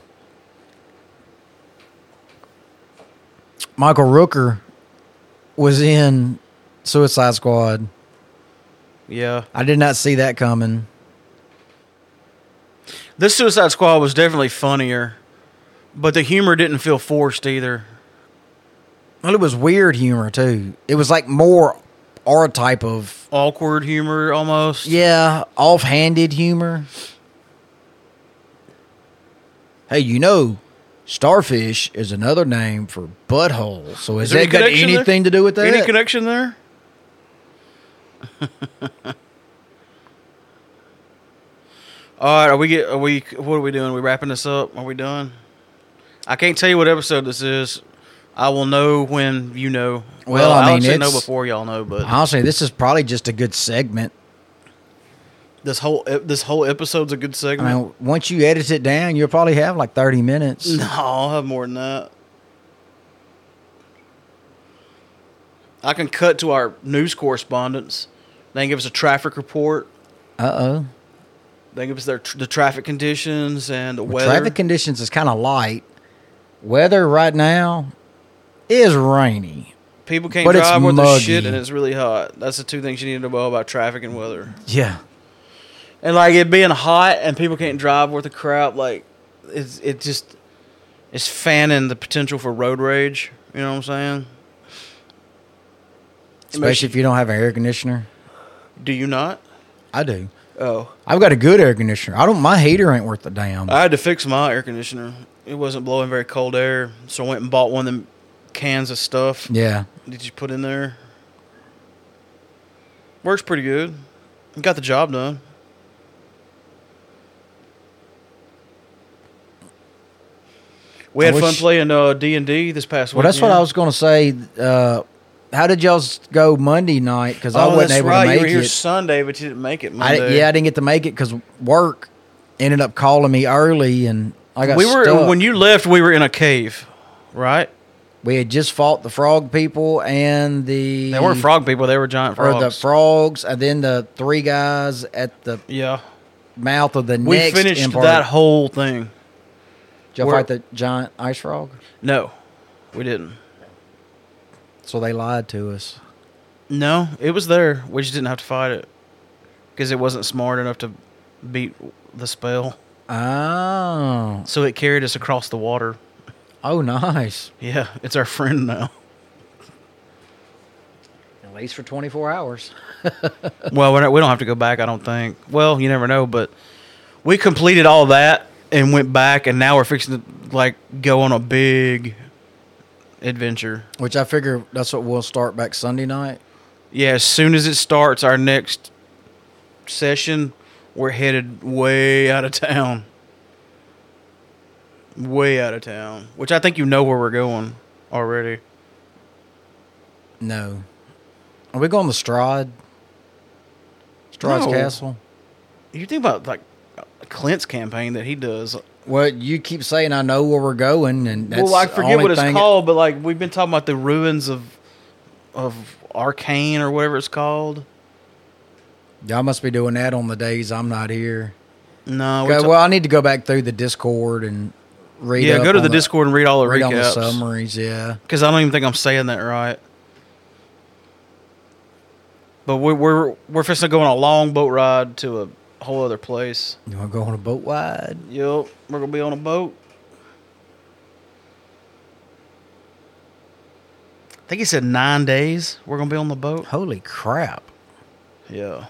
[SPEAKER 2] Michael Rooker was in Suicide Squad.
[SPEAKER 1] Yeah.
[SPEAKER 2] I did not see that coming.
[SPEAKER 1] This Suicide Squad was definitely funnier, but the humor didn't feel forced either.
[SPEAKER 2] Well, it was weird humor too. It was like more our type of
[SPEAKER 1] Awkward humor almost.
[SPEAKER 2] yeah, offhanded humor. hey, you know, starfish is another name for butthole. So has
[SPEAKER 1] Is there any
[SPEAKER 2] that got
[SPEAKER 1] connection there?
[SPEAKER 2] anything to do with that?
[SPEAKER 1] Any connection there? All right, are we get are we what are we doing? we wrapping this up? Are we done? I can't tell you what episode this is. I will know when you know.
[SPEAKER 2] Well, I
[SPEAKER 1] I'll
[SPEAKER 2] mean,
[SPEAKER 1] actually know
[SPEAKER 2] it's-
[SPEAKER 1] before y'all know, but
[SPEAKER 2] Honestly, this is probably just a good segment.
[SPEAKER 1] this whole ep- this whole episode's a good segment.
[SPEAKER 2] I mean, once you edit it down, you'll probably have like 30 minutes.
[SPEAKER 1] No, I'll have more than that. I can cut to our news correspondents. They can give us a traffic report.
[SPEAKER 2] Uh oh.
[SPEAKER 1] They give us their the traffic conditions and the weather.
[SPEAKER 2] Traffic conditions is kind of light. Weather right now is rainy.
[SPEAKER 1] People can't
[SPEAKER 2] but it's
[SPEAKER 1] drive with their shit,
[SPEAKER 2] muggy.
[SPEAKER 1] and it's really hot. That's the two things you need to know about traffic and weather.
[SPEAKER 2] Yeah.
[SPEAKER 1] And like it being hot, and people can't drive with the crap. Like it's it just it's fanning the potential for road rage. You know what I'm saying? It makes
[SPEAKER 2] Especially if you don't have an air conditioner.
[SPEAKER 1] Do you not?
[SPEAKER 2] I do.
[SPEAKER 1] Oh.
[SPEAKER 2] I've got a good air conditioner. I don't. My heater ain't worth a damn.
[SPEAKER 1] I had to fix my air conditioner. It wasn't blowing very cold air, so I went and bought one of them cans of stuff
[SPEAKER 2] yeah.
[SPEAKER 1] that you put in there. Works pretty good. Got the job done. We
[SPEAKER 2] I
[SPEAKER 1] had fun
[SPEAKER 2] wish-
[SPEAKER 1] playing uh, D&D this past
[SPEAKER 2] Well,
[SPEAKER 1] week.
[SPEAKER 2] that's what I was going to say. Uh, how did y'all s- go Monday night? Because I
[SPEAKER 1] Oh,
[SPEAKER 2] wasn't
[SPEAKER 1] that's
[SPEAKER 2] able
[SPEAKER 1] right.
[SPEAKER 2] to
[SPEAKER 1] you were
[SPEAKER 2] make
[SPEAKER 1] here
[SPEAKER 2] it.
[SPEAKER 1] Sunday, but you didn't make it
[SPEAKER 2] I,
[SPEAKER 1] Monday.
[SPEAKER 2] di- yeah, I didn't get to make it because work ended up calling me early, and I got.
[SPEAKER 1] we were
[SPEAKER 2] stuck.
[SPEAKER 1] when you left. We were in a cave, right?
[SPEAKER 2] We had just fought the frog people and the
[SPEAKER 1] They weren't frog people. They were giant
[SPEAKER 2] or
[SPEAKER 1] frogs.
[SPEAKER 2] the frogs, and then the three guys at the
[SPEAKER 1] yeah,
[SPEAKER 2] mouth of the
[SPEAKER 1] We
[SPEAKER 2] next.
[SPEAKER 1] finished
[SPEAKER 2] empire.
[SPEAKER 1] that whole thing.
[SPEAKER 2] Did y'all
[SPEAKER 1] we're-
[SPEAKER 2] fight the giant ice frog?
[SPEAKER 1] No, we didn't.
[SPEAKER 2] So they lied to us.
[SPEAKER 1] No, it was there. We just didn't have to fight it because it wasn't smart enough to beat the spell.
[SPEAKER 2] Oh,
[SPEAKER 1] So it carried us across the water.
[SPEAKER 2] oh, nice.
[SPEAKER 1] Yeah, it's our friend now.
[SPEAKER 2] At least for twenty four hours.
[SPEAKER 1] well, we're not, we don't have to go back. I don't think. Well, you never know. But we completed all that and went back, and now we're fixing to like go on a big adventure.
[SPEAKER 2] Which I figure that's what we'll start back Sunday night.
[SPEAKER 1] Yeah, as soon as it starts, our next session, we're headed way out of town. Way out of town, which I think you know where we're going already.
[SPEAKER 2] No. Are we going to Strahd? Strahd's
[SPEAKER 1] No.
[SPEAKER 2] Castle?
[SPEAKER 1] You think about like Clint's campaign that he does.
[SPEAKER 2] Well, you keep saying I know where we're going, and that's
[SPEAKER 1] well, I
[SPEAKER 2] the
[SPEAKER 1] forget
[SPEAKER 2] only
[SPEAKER 1] what it's
[SPEAKER 2] thing-
[SPEAKER 1] called, but like we've been talking about the ruins of of Arcane or whatever it's called.
[SPEAKER 2] Y'all must be doing that on the days I'm not here.
[SPEAKER 1] No, we're
[SPEAKER 2] Okay,
[SPEAKER 1] ta-
[SPEAKER 2] well, I need to go back through the Discord and read.
[SPEAKER 1] yeah,
[SPEAKER 2] up
[SPEAKER 1] go to
[SPEAKER 2] on
[SPEAKER 1] the Discord and read all the
[SPEAKER 2] Read on the
[SPEAKER 1] recaps
[SPEAKER 2] summaries. Yeah,
[SPEAKER 1] because I don't even think I'm saying that right. But we're we're we're fixing to go on a long boat ride to a whole other place.
[SPEAKER 2] you want to go on a boat wide?
[SPEAKER 1] Yep, we're gonna be on a boat. I think he said nine days. We're gonna be on the boat.
[SPEAKER 2] Holy crap!
[SPEAKER 1] Yeah.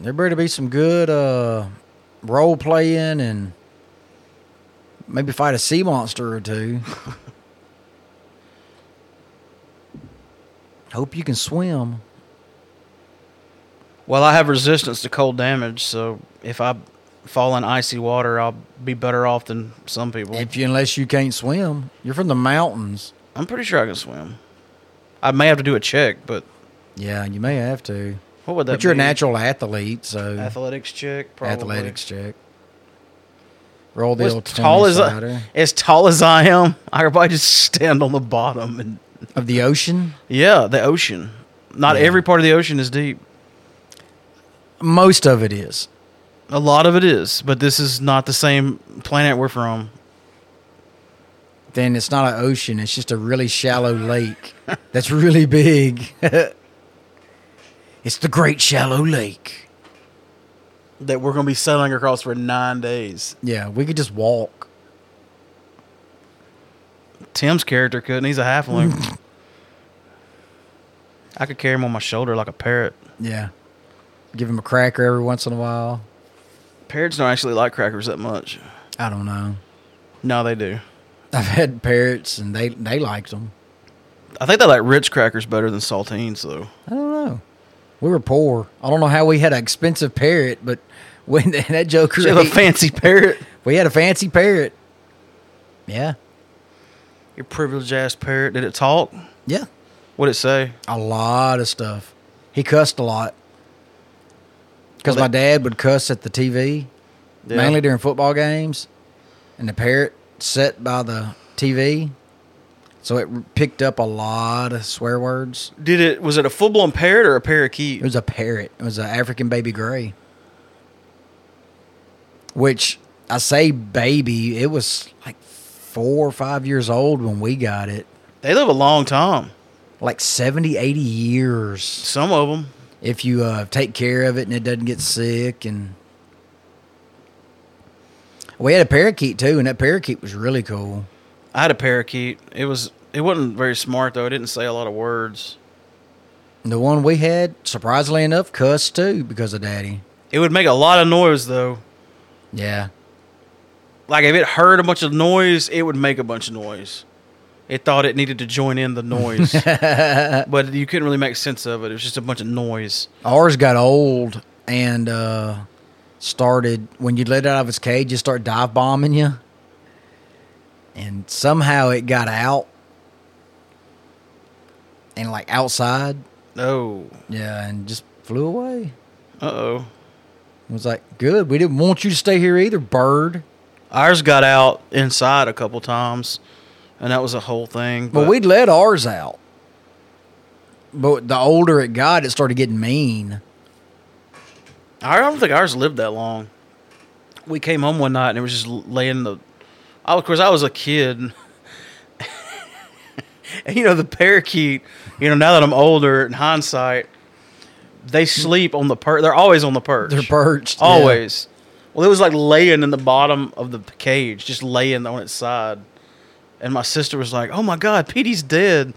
[SPEAKER 2] There better be some good uh, role playing and maybe fight a sea monster or two. Hope you can swim.
[SPEAKER 1] Well, I have resistance to cold damage, so if I fall in icy water, I'll be better off than some people.
[SPEAKER 2] If you, unless you can't swim, you're from the mountains.
[SPEAKER 1] I'm pretty sure I can swim. I may have to do a check, but
[SPEAKER 2] Yeah, you may have to.
[SPEAKER 1] what would that?
[SPEAKER 2] but you're a
[SPEAKER 1] be?
[SPEAKER 2] natural athlete, so
[SPEAKER 1] athletics check. Probably.
[SPEAKER 2] athletics check. Roll the
[SPEAKER 1] Well,
[SPEAKER 2] old
[SPEAKER 1] as tall as
[SPEAKER 2] sider
[SPEAKER 1] I, as tall as I am, I could probably just stand on the bottom and
[SPEAKER 2] of the ocean.
[SPEAKER 1] yeah, the ocean. Not
[SPEAKER 2] Yeah.
[SPEAKER 1] every part of the ocean is deep.
[SPEAKER 2] Most of it is.
[SPEAKER 1] A lot of it is, but this is not the same planet we're from.
[SPEAKER 2] Then it's not an ocean; it's just a really shallow lake that's really big. it's the Great Shallow Lake.
[SPEAKER 1] That we're going to be sailing across for nine days.
[SPEAKER 2] Yeah, we could just walk.
[SPEAKER 1] Tim's character couldn't. He's a halfling. I could carry him on my shoulder like a parrot.
[SPEAKER 2] Yeah, give him a cracker every once in a while.
[SPEAKER 1] Parrots don't actually like crackers that much.
[SPEAKER 2] I don't know.
[SPEAKER 1] No, they do.
[SPEAKER 2] I've had parrots and they they liked them.
[SPEAKER 1] I think they like Ritz crackers better than saltines, though.
[SPEAKER 2] I don't know. We were poor. I don't know how we had an expensive parrot, but when that joker,
[SPEAKER 1] You have a
[SPEAKER 2] ate-
[SPEAKER 1] fancy parrot.
[SPEAKER 2] we had a fancy parrot. Yeah,
[SPEAKER 1] Your privileged ass parrot. Did it talk?
[SPEAKER 2] yeah,
[SPEAKER 1] What'd it say?
[SPEAKER 2] a lot of stuff. He cussed a lot because
[SPEAKER 1] Well,
[SPEAKER 2] my dad would cuss at the TV
[SPEAKER 1] Yeah.
[SPEAKER 2] mainly during football games, and the parrot sat by the TV, so it picked up a lot of swear words.
[SPEAKER 1] Did it? Was it a full blown parrot or a parakeet?
[SPEAKER 2] It was a parrot. It was an African baby gray. Which I say baby, it was like four or five years old when we got it.
[SPEAKER 1] They live a long time.
[SPEAKER 2] Like 70, 80 years
[SPEAKER 1] Some of them.
[SPEAKER 2] if you uh, take care of it and it doesn't get sick. And we had a parakeet too, and that parakeet was really cool.
[SPEAKER 1] I had a parakeet. It was. It wasn't very smart though. It didn't say a lot of words.
[SPEAKER 2] The one we had, surprisingly enough, cussed too because of daddy.
[SPEAKER 1] It would make a lot of noise though.
[SPEAKER 2] Yeah.
[SPEAKER 1] Like if it heard a bunch of noise, it would make a bunch of noise. It thought it needed to join in the noise, but you couldn't really make sense of it. It was just a bunch of noise.
[SPEAKER 2] Ours got old and uh, started when you let it out of its cage, it started dive bombing you. And somehow it got out and like outside,
[SPEAKER 1] Oh,
[SPEAKER 2] yeah, and just flew away.
[SPEAKER 1] uh oh.
[SPEAKER 2] It was like, good. We didn't want you to stay here either, bird.
[SPEAKER 1] Ours got out inside a couple times, and that was a whole thing.
[SPEAKER 2] But we'd let ours out. But the older it got, it started getting mean.
[SPEAKER 1] I don't think ours lived that long. We came home one night and it was just laying the. I, of course, I was a kid. and, you know, the parakeet, you know, now that I'm older in hindsight, they sleep on the perch. They're always on the perch.
[SPEAKER 2] They're perched. yeah.
[SPEAKER 1] Always. Well, it was like laying in the bottom of the cage, just laying on its side. And my sister was like, oh my God, Petey's dead.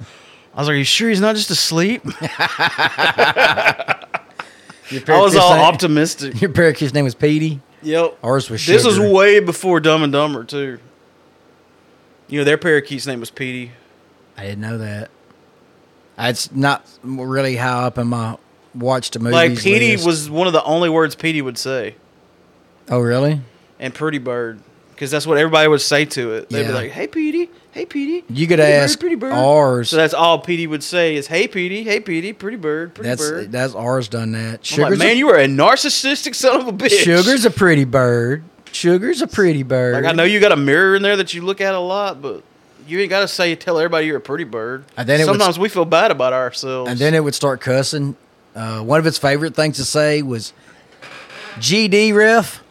[SPEAKER 1] I was like, are you sure he's not just asleep?
[SPEAKER 2] Your
[SPEAKER 1] I was all
[SPEAKER 2] parakeet's name-
[SPEAKER 1] optimistic.
[SPEAKER 2] Your parakeet's name was Petey.
[SPEAKER 1] Yep.
[SPEAKER 2] Ours was
[SPEAKER 1] This was
[SPEAKER 2] Sugar.
[SPEAKER 1] way before Dumb and Dumber too. You know their parakeet's name was Petey.
[SPEAKER 2] I didn't know that. It's not really high up in my watch to movies.
[SPEAKER 1] like Petey
[SPEAKER 2] list.
[SPEAKER 1] was one of the only words Petey would say,
[SPEAKER 2] Oh, really?
[SPEAKER 1] and Pretty Bird, because that's what everybody would say to it. They'd be
[SPEAKER 2] Yeah.
[SPEAKER 1] like, "Hey Petey, hey Petey."
[SPEAKER 2] You could
[SPEAKER 1] Pretty Bird,
[SPEAKER 2] ask ours.
[SPEAKER 1] So that's all Petey would say is, "Hey Petey, hey Petey, Pretty Bird, Pretty
[SPEAKER 2] that's
[SPEAKER 1] Bird."
[SPEAKER 2] that's ours done that.
[SPEAKER 1] I'm like,
[SPEAKER 2] Sugar's
[SPEAKER 1] man,
[SPEAKER 2] a,
[SPEAKER 1] you are a narcissistic son of a bitch.
[SPEAKER 2] sugar's a pretty bird. Sugar's a pretty bird.
[SPEAKER 1] Like I know you got a mirror in there that you look at a lot, but you ain't got to say tell everybody you're a pretty bird.
[SPEAKER 2] And then it would-
[SPEAKER 1] Sometimes we feel bad about ourselves.
[SPEAKER 2] And then it would start cussing. Uh, one of its favorite things to say was "GD ref."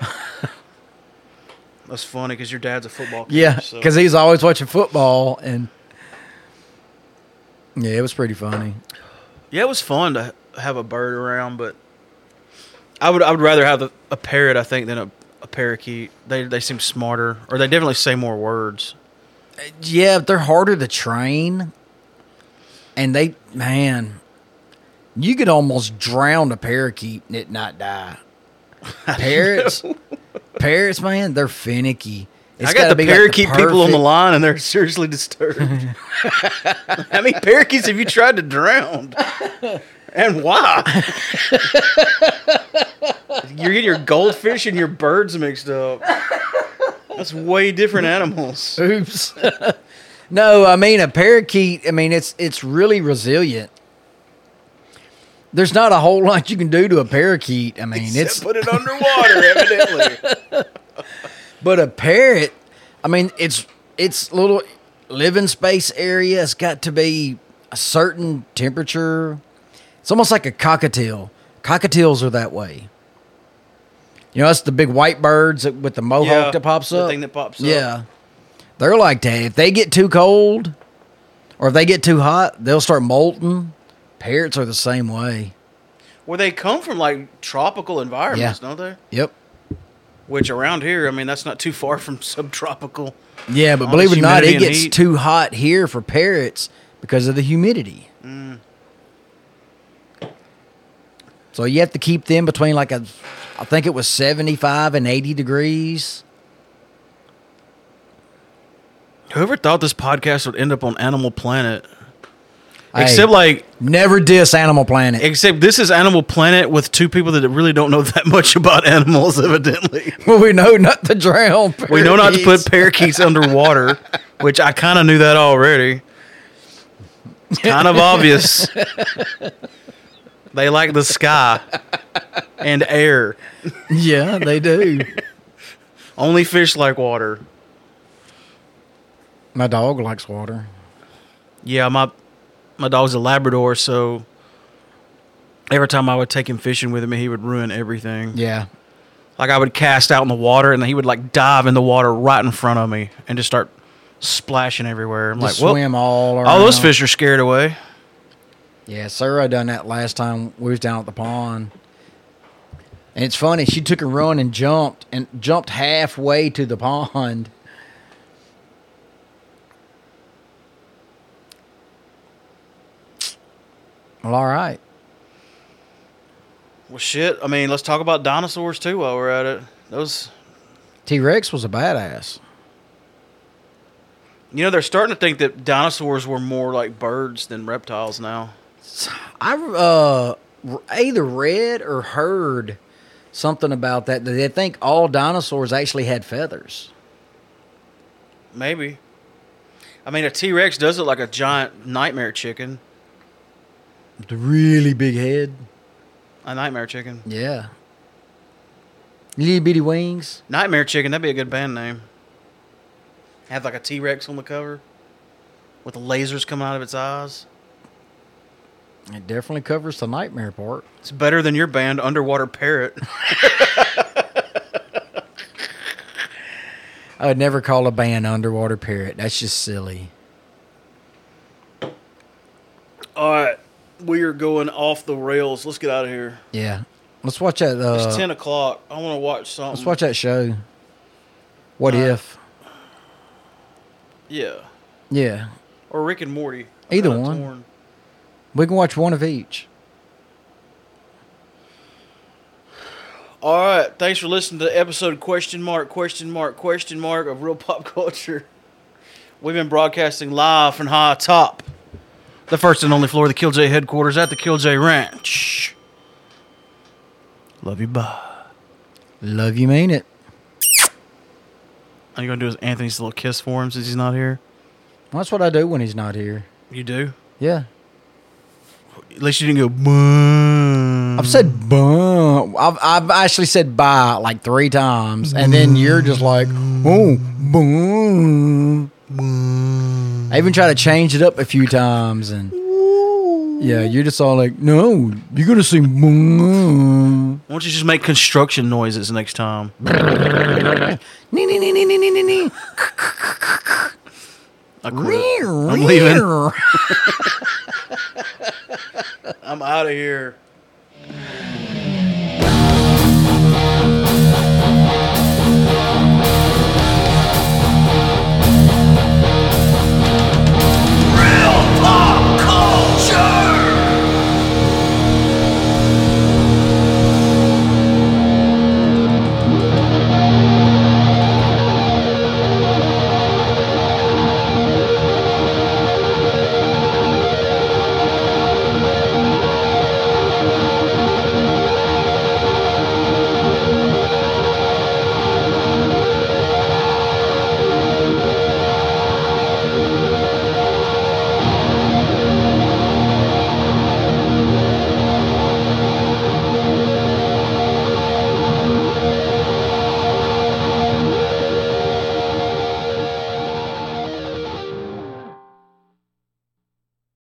[SPEAKER 1] That's funny because your dad's a football coach.
[SPEAKER 2] Yeah,
[SPEAKER 1] so-
[SPEAKER 2] because he's always watching football, and yeah, it was pretty funny.
[SPEAKER 1] yeah, it was fun to have a bird around, but I would I would rather have a, a parrot I think than a, a parakeet. They they seem smarter or they definitely say more words.
[SPEAKER 2] Yeah, but they're harder to train. And they, man, you could almost drown a parakeet and it not die. Parrots, parrots, man, they're finicky. It's
[SPEAKER 1] I got
[SPEAKER 2] gotta
[SPEAKER 1] the
[SPEAKER 2] be, like,
[SPEAKER 1] parakeet people on the
[SPEAKER 2] perfect-
[SPEAKER 1] line and they're seriously disturbed. How many parakeets have you tried to drown? And why? You're getting your goldfish and your birds mixed up. That's way different animals.
[SPEAKER 2] Oops. no, I mean a parakeet. I mean it's it's really resilient. There's not a whole lot you can do to a parakeet. I mean it's
[SPEAKER 1] put it underwater, evidently.
[SPEAKER 2] But a parrot, I mean, it's its little living space area has got to be a certain temperature. It's almost like a cockatiel. Cockatiels are that way. You know, that's the big white birds that- with the mohawk
[SPEAKER 1] Yeah,
[SPEAKER 2] that pops
[SPEAKER 1] the
[SPEAKER 2] up.
[SPEAKER 1] thing that pops up.
[SPEAKER 2] Yeah, they're like that. If they get too cold, or if they get too hot, they'll start molting. Parrots are the same way.
[SPEAKER 1] Well, they come from like tropical environments, don't they?
[SPEAKER 2] Yep.
[SPEAKER 1] Which around here, I mean, that's not too far from subtropical.
[SPEAKER 2] Yeah, but
[SPEAKER 1] All
[SPEAKER 2] believe
[SPEAKER 1] this
[SPEAKER 2] it or not,
[SPEAKER 1] Oh, humidity
[SPEAKER 2] it
[SPEAKER 1] and
[SPEAKER 2] gets
[SPEAKER 1] heat.
[SPEAKER 2] too hot here for
[SPEAKER 1] Mm.
[SPEAKER 2] parrots because of the humidity. So you have to keep them between like a, I think it was 75 and 80 degrees.
[SPEAKER 1] Whoever thought this podcast would end up on Animal Planet?
[SPEAKER 2] Hey,
[SPEAKER 1] Except like,
[SPEAKER 2] never diss Animal Planet.
[SPEAKER 1] except this is Animal Planet with two people that really don't know that much about animals. Evidently,
[SPEAKER 2] well, we know not to drown.
[SPEAKER 1] we know not to
[SPEAKER 2] parrots.
[SPEAKER 1] put parakeets underwater, which I kind of knew that already. Kind of obvious. they like the sky and air.
[SPEAKER 2] Yeah, they do.
[SPEAKER 1] Only fish like water.
[SPEAKER 2] My dog likes water.
[SPEAKER 1] Yeah, my my dog's a Labrador, so every time I would take him fishing with him, he would ruin everything.
[SPEAKER 2] Yeah.
[SPEAKER 1] Like I would cast out in the water, and he would like dive in the water right in front of me and just start splashing everywhere. I'm
[SPEAKER 2] Just
[SPEAKER 1] like, well,
[SPEAKER 2] swim all around.
[SPEAKER 1] all those fish are scared away.
[SPEAKER 2] Yeah, Sarah done that last time we was down at the pond. And it's funny, she took a run and jumped and jumped halfway to the pond. Well, all right.
[SPEAKER 1] Well, shit. I mean, let's talk about dinosaurs too while we're at it. Those,
[SPEAKER 2] T Rex was a badass.
[SPEAKER 1] you know, they're starting to think that dinosaurs were more like birds than reptiles now.
[SPEAKER 2] I uh, either read or heard something about that. that They think all dinosaurs actually had feathers.
[SPEAKER 1] Maybe. I mean, a T Rex does look like a giant nightmare chicken.
[SPEAKER 2] The really big head.
[SPEAKER 1] A nightmare chicken.
[SPEAKER 2] Yeah. Little bitty wings.
[SPEAKER 1] Nightmare Chicken, that'd be a good band name. Have like a T Rex on the cover with the lasers coming out of its eyes.
[SPEAKER 2] It definitely covers the nightmare part.
[SPEAKER 1] It's better than your band, Underwater Parrot.
[SPEAKER 2] I would never call a band underwater parrot. That's just silly.
[SPEAKER 1] All right, we are going off the rails. Let's get out of here.
[SPEAKER 2] Yeah. Let's watch that.
[SPEAKER 1] It's
[SPEAKER 2] Uh,
[SPEAKER 1] 10 o'clock. I want to watch something.
[SPEAKER 2] let's watch that show. What if?
[SPEAKER 1] Yeah.
[SPEAKER 2] Yeah.
[SPEAKER 1] Or Rick and Morty.
[SPEAKER 2] Either
[SPEAKER 1] kinda
[SPEAKER 2] one. We can watch one of each.
[SPEAKER 1] All right. Thanks for listening to the episode question mark, question mark, question mark of Real Pop Culture. We've been broadcasting live from high top, the first and only floor of the Kill J headquarters at the Kill J Ranch. Love you, bye.
[SPEAKER 2] Love you, mean it.
[SPEAKER 1] All you gonna do is Anthony's little kiss for him since he's not here.
[SPEAKER 2] That's what I do when he's not here.
[SPEAKER 1] You do.
[SPEAKER 2] Yeah.
[SPEAKER 1] At least you didn't go. "Mmm." Boo.
[SPEAKER 2] I've said bum. I've, I've actually said bye like three times, and then you're just like, oh, bum. I even try to change it up a few times, and yeah, you're just all like, no, you're gonna sing bum.
[SPEAKER 1] Why don't you just make construction noises next time?
[SPEAKER 2] Nee, nee, nee, nee, nee, nee, nee, nee.
[SPEAKER 1] I quit. I'm leaving.
[SPEAKER 2] Rear.
[SPEAKER 1] I'm out of here.